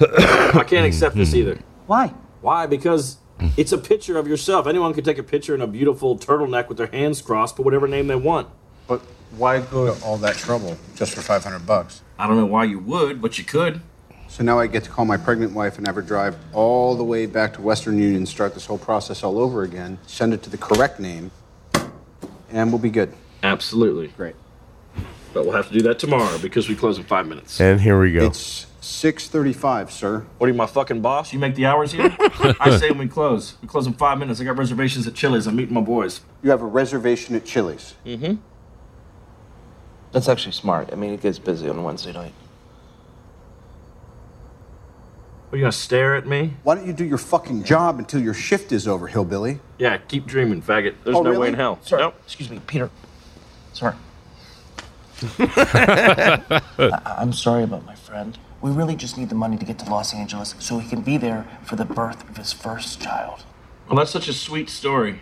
S7: I can't accept this either.
S8: Why?
S7: Why? Because it's a picture of yourself. Anyone can take a picture in a beautiful turtleneck with their hands crossed, put whatever name they want.
S2: But why go to all that trouble just for 500 bucks?
S7: I don't know why you would, but you could.
S2: So now I get to call my pregnant wife and have her drive all the way back to Western Union, start this whole process all over again, send it to the correct name, and we'll be good.
S7: Absolutely.
S2: Great.
S7: But we'll have to do that tomorrow because we close in five minutes.
S5: And here we go.
S2: It's 6:35, sir.
S7: What are you, my fucking boss? You make the hours [laughs] here? I say when we close. We close in five minutes. I got reservations at Chili's. I'm meeting my boys.
S2: You have a reservation at Chili's.
S8: That's actually smart. I mean, it gets busy on Wednesday night.
S7: What, you gonna stare at me?
S2: Why don't you do your fucking job until your shift is over, hillbilly?
S7: Yeah, keep dreaming, faggot. There's
S2: Oh,
S7: no
S2: really?
S7: way in hell.
S9: Sir,
S7: Nope.
S9: excuse me, Peter.
S5: [laughs]
S9: Sir. I- I'm sorry about my friend. We really just need the money to get to Los Angeles so he can be there for the birth of his first child.
S7: Well, that's such a sweet story.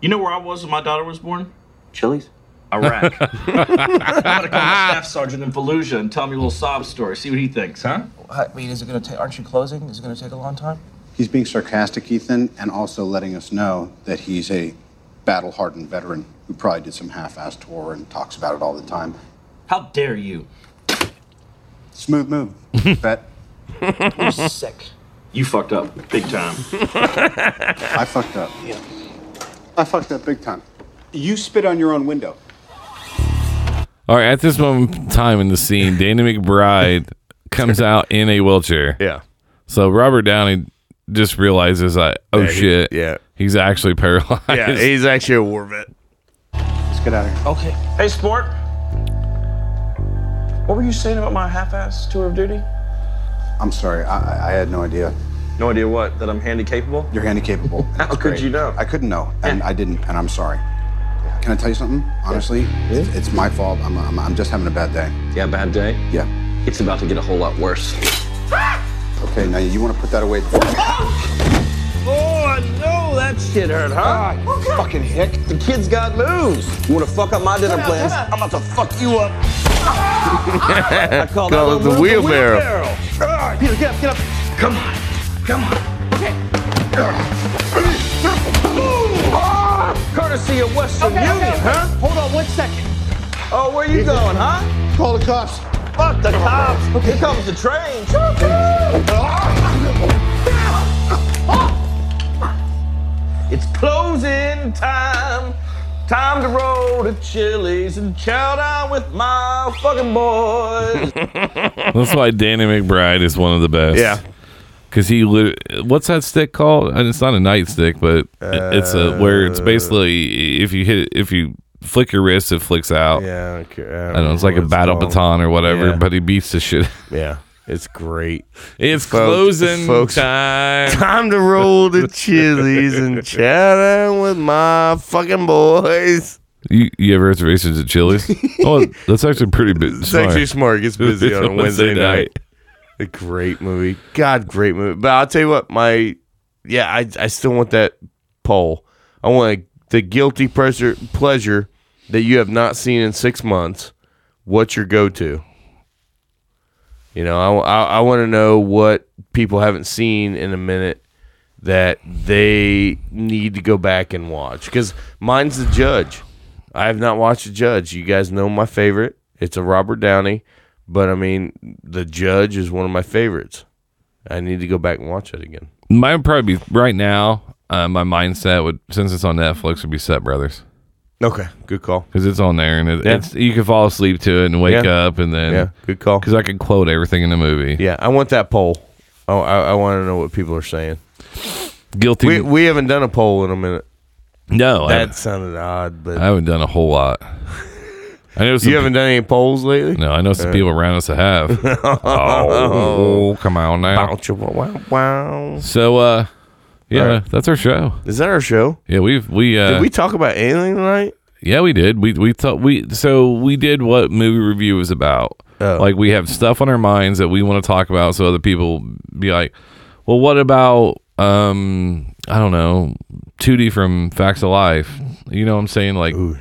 S7: You know where I was when my daughter was born?
S8: Chili's?
S7: [laughs] Iraq. I'm gonna call my staff sergeant in Fallujah and tell him your little sob story. See what he thinks, huh?
S9: I mean, is it going to take? Aren't you closing? Is it going to take a long [laughs] time?
S2: He's being sarcastic, Ethan, and also letting us know that he's a battle-hardened veteran who probably did some half-assed tour and talks about it all the time.
S7: How dare you?
S2: Smooth move, bet.
S9: Sick.
S7: You fucked up big time.
S2: I fucked up. I fucked up big time. You spit on your own window.
S4: All right, at this moment in time in
S5: [laughs]
S4: the scene, Danny McBride comes out in a wheelchair.
S5: Yeah.
S4: So Robert Downey just realizes that oh
S5: Yeah, he-
S4: shit,
S5: yeah.
S4: he's actually paralyzed.
S5: Yeah, he's actually a war vet.
S10: Let's get out of here.
S7: [laughs] Okay. Hey, sport. What were you saying about my half-ass tour of duty?
S10: I'm sorry. I, I- I had no idea.
S7: No idea what. That I'm handy capable.
S10: You're handicapable.
S7: [laughs] How
S10: That's
S7: could
S10: great.
S7: you know?
S10: I couldn't know, and I didn't, and I'm sorry. Can I tell you something? Honestly, it's, it's my fault. I'm, I'm, I'm just having a bad day.
S11: Yeah, bad day.
S10: Yeah.
S11: It's about to get a whole lot worse.
S10: Okay, now you want to put that away.
S11: Oh, I know that shit hurt, huh? Ah, Fucking hick. The kid's got moves. You want to fuck up my dinner plans? I'm about to fuck you up. I call that
S5: Call it
S11: little
S5: the
S11: move
S5: wheelbarrow.
S11: All right, Peter, get up, get up. Come on, come on. Okay. Ah, Courtesy of Western Union, huh? Hold on one second. Oh, where you going, huh? Call the cops. Fuck the cops. Here comes the train. It's closing time. Time to roll to Chili's and chow down with my fucking boys.
S4: [laughs] That's why Danny McBride is one of the best.
S11: Yeah.
S4: Cause he, li- what's that stick called? And it's not a nightstick, but it- it's a where
S5: Uh,
S4: it's basically if you hit if you flick your wrist, it flicks out.
S5: Yeah, uh, I don't care.
S4: I don't know. It's like a battle baton or whatever,
S5: Yeah.
S4: but he beats the shit. [laughs]
S5: Yeah, it's great.
S4: It's
S5: Folks-
S4: closing
S5: [laughs]
S4: time.
S5: Time to roll [laughs] the chilies and chat out with my fucking boys.
S4: You you have reservations
S5: [laughs]
S4: at Chili's? oh, that's actually pretty big.
S5: It's actually smart. It gets busy on a Wednesday night. A great movie. God, great movie. But I'll tell you what, my yeah, I I still want that poll. I want the guilty pleasure pleasure that you have not seen in six months. What's your go to? You know, I, I, want to know what people haven't seen in a minute that they need to go back and watch. Because mine's The Judge. I have not watched The Judge. You guys know my favorite. It's a Robert Downey, but I mean, The Judge is one of my favorites. I need to go back and watch it again.
S4: Mine would probably be right now. Uh, my mindset would since it's on Netflix would be Step Brothers.
S5: Okay, good call.
S4: Because it's on there and it,
S5: Yeah.
S4: it's you can fall asleep to it and wake
S5: Yeah.
S4: up and then
S5: Yeah, good call.
S4: Because I can quote everything in the movie.
S5: Yeah, I want that poll. Oh, I, I want to know what people are saying.
S4: Guilty.
S5: We, we haven't done a poll in a minute.
S4: No, I-
S5: that sounded odd, but
S4: I haven't done a whole lot. I know some
S5: you haven't done any polls lately.
S4: No, I know some
S5: Uh.
S4: people around us
S5: [laughs]
S4: that have. oh, come on now.
S5: Wow.
S4: So, uh, yeah,
S5: All right.
S4: that's our show.
S5: Is that our show?
S4: Yeah, we've we uh,
S5: Did we talk about anything tonight?
S4: Yeah, we did. We we thought we so we did what movie review is about.
S5: Oh.
S4: Like we have stuff on our minds that we want to talk about, so other people be like, "Well, what about um I don't know, Tootie from Facts of Life?" You know what I'm saying? Like,
S5: Well,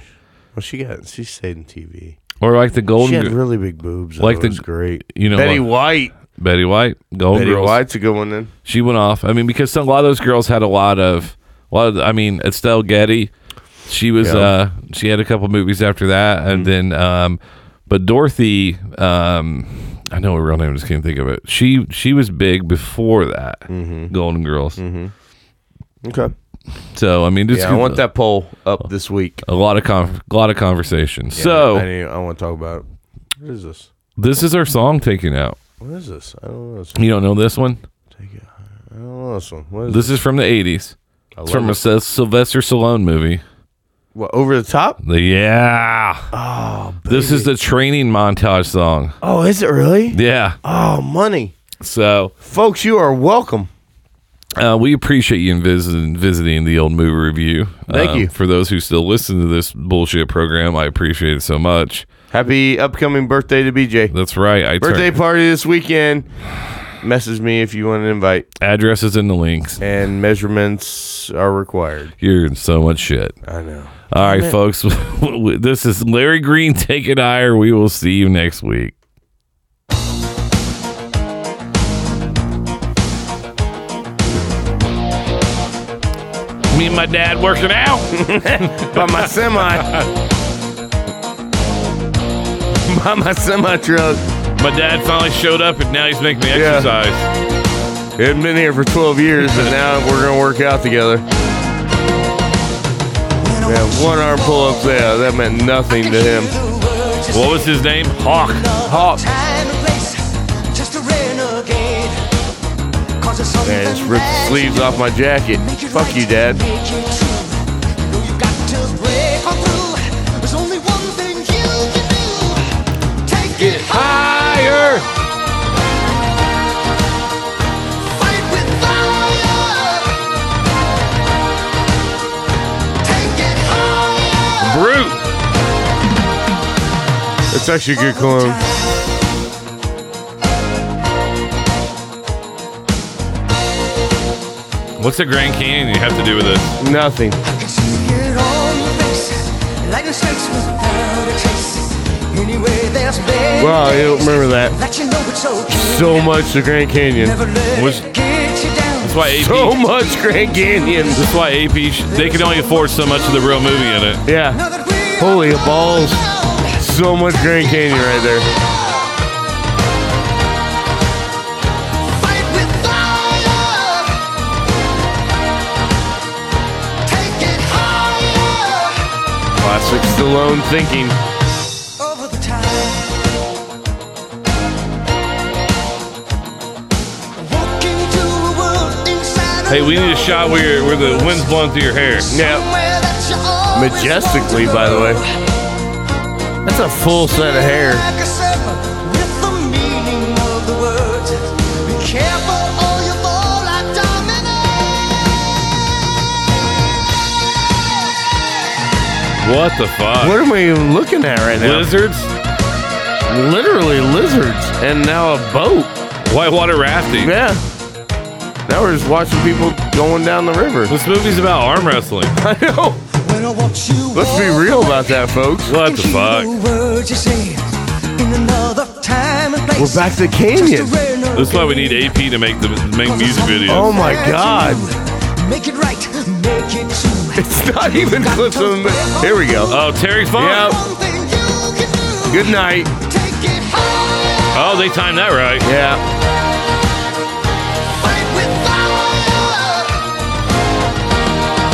S5: she got she stayed in TV.
S4: or like the Golden.
S5: she had
S4: Gir-
S5: really big boobs. I
S4: Like
S5: thought
S4: the
S5: it was great.
S4: You know,
S5: Betty
S4: what?
S5: White.
S4: Betty White. Golden
S5: Betty
S4: Girls.
S5: White's a good one. Then
S4: She went off. I mean, because some, a lot of those girls had a lot of. A lot of I mean, Estelle Getty. She was.
S5: Yeah. Mm-hmm.
S4: uh She had a couple movies after that, and then. um But Dorothy. um I know her real name. I just can't think of it. She she was big before that.
S5: Mm-hmm.
S4: Golden Girls.
S5: okay.
S4: So I mean, just
S5: yeah, I want that poll up this week.
S4: A lot of con- lot of conversation.
S5: Yeah,
S4: so
S5: I, need- I want to talk about. it. What is this?
S4: this is our song taking out.
S5: What is this? I don't know. This
S4: You don't know this one?
S5: I don't know this one. What is
S4: This is from the '80s.
S5: I
S4: It's from
S5: love
S4: a Sy- Sylvester Stallone movie.
S5: What over the top?
S4: The- yeah. Oh, this is the training montage song.
S5: Oh, is it really?
S4: Yeah.
S5: Oh, money,
S4: So
S5: folks! You are welcome.
S4: uh, we appreciate you in visiting visiting the old movie review. Um,
S5: Thank you.
S4: for those who still listen to this bullshit program. I appreciate it so much.
S5: Happy upcoming birthday to BJ.
S4: That's right. I
S5: Birthday
S4: turn-
S5: party this weekend. Message me if you want an invite.
S4: address is in the links.
S5: And measurements are required.
S4: You're in so much shit.
S5: I know.
S4: All right,
S5: Damn it.
S4: folks. [laughs] this is Larry Green taking ire. We will see you next week. Me and my dad working out. [laughs]
S5: By my semi. [laughs] By my semi truck.
S4: My dad finally showed up, and now he's making me
S5: Yeah.
S4: exercise.
S5: It had been here for 12 years, and now we're going to work out together. Yeah, one arm pull ups. Yeah, that meant nothing to him.
S4: What was his name? Hawk. Hawk.
S9: Time and place, just a renegade. 'Cause it's something
S5: Man, just ripped the
S9: that
S5: sleeves off my jacket. Fuck you, Dad.
S9: make it true. No, you got to break on through. There's only one thing you can do. Take it higher. Fight with fire. Take it higher.
S4: Brute.
S5: That's actually a good cologne.
S4: What's the Grand Canyon you have to do with this?
S5: Nothing.
S9: Get on your face, lightning strikes without a trace. Anyway, there's been
S5: Wow, I don't remember that.
S9: that you know it's okay.
S5: So much the Grand Canyon.
S4: Was
S9: Get you down.
S4: that's why AP,
S5: So much Grand Canyon.
S4: That's why AP sh- they can only afford so much of the real movie in it.
S5: Yeah. Holy balls. So much Grand Canyon right there. Classic Stallone thinking.
S9: Over the time. Walking to a world inside
S4: Hey, we need a shot where you're, where the wind's blowing through your hair.
S5: Yeah.
S9: where that you are.
S5: Majestically, by the way. That's a full set of hair.
S9: Like a serpent with the meaning of the words. Be careful or you fall like dominoes.
S4: What the fuck?
S5: What am I even looking at right now?
S4: Lizards?
S5: Literally lizards. And now a boat.
S4: Whitewater rafting.
S5: Yeah. Now we're just watching people going down the river.
S4: This movie's about arm
S5: [laughs]
S4: wrestling.
S5: I know.
S9: When I watch you
S5: Let's be real about that, folks.
S4: What the fuck?
S9: The words you say in another time and place.
S5: We're back to Canyon.
S4: That's why we need AP to make the make music videos.
S5: Oh my god.
S9: Make it right, make it true.
S5: It's not even clips of the mi- Here we go.
S4: Oh, Terry Funk.
S5: Yep. Uh, Good night.
S4: Oh, they timed that right.
S5: Yeah.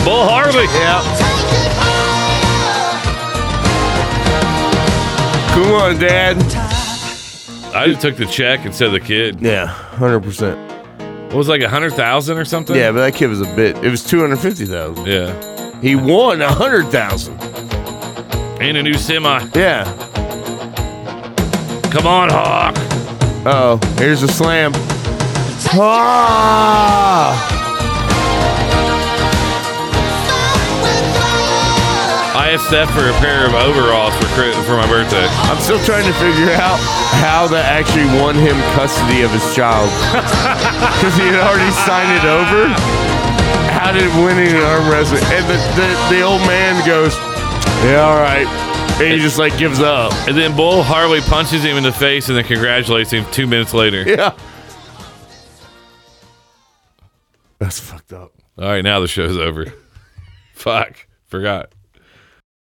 S4: Bull Harvey.
S5: Yeah. Come on, Dad.
S4: I just took the check and said the kid.
S5: Yeah, 100%.
S4: What was it, like a hundred thousand or something?
S5: Yeah, but that kid was a bit. It was 250,000.
S4: Yeah.
S5: He won 100,000.
S4: And a new semi.
S5: Yeah.
S4: Come on, Hawk.
S5: Uh oh. Here's a slam. Ah!
S4: I asked Steph for a pair of overalls for Chris, for my birthday.
S5: I'm still trying to figure out how that actually won him custody of his child. Because he had already signed it over. How did winning an arm wrestling? And the, the, the old man goes, Yeah, all right. And he just like gives up.
S4: And then Bull Harley punches him in the face and then congratulates him two minutes later.
S5: Yeah. That's fucked up.
S4: All right, now the show's over. Fuck. Forgot.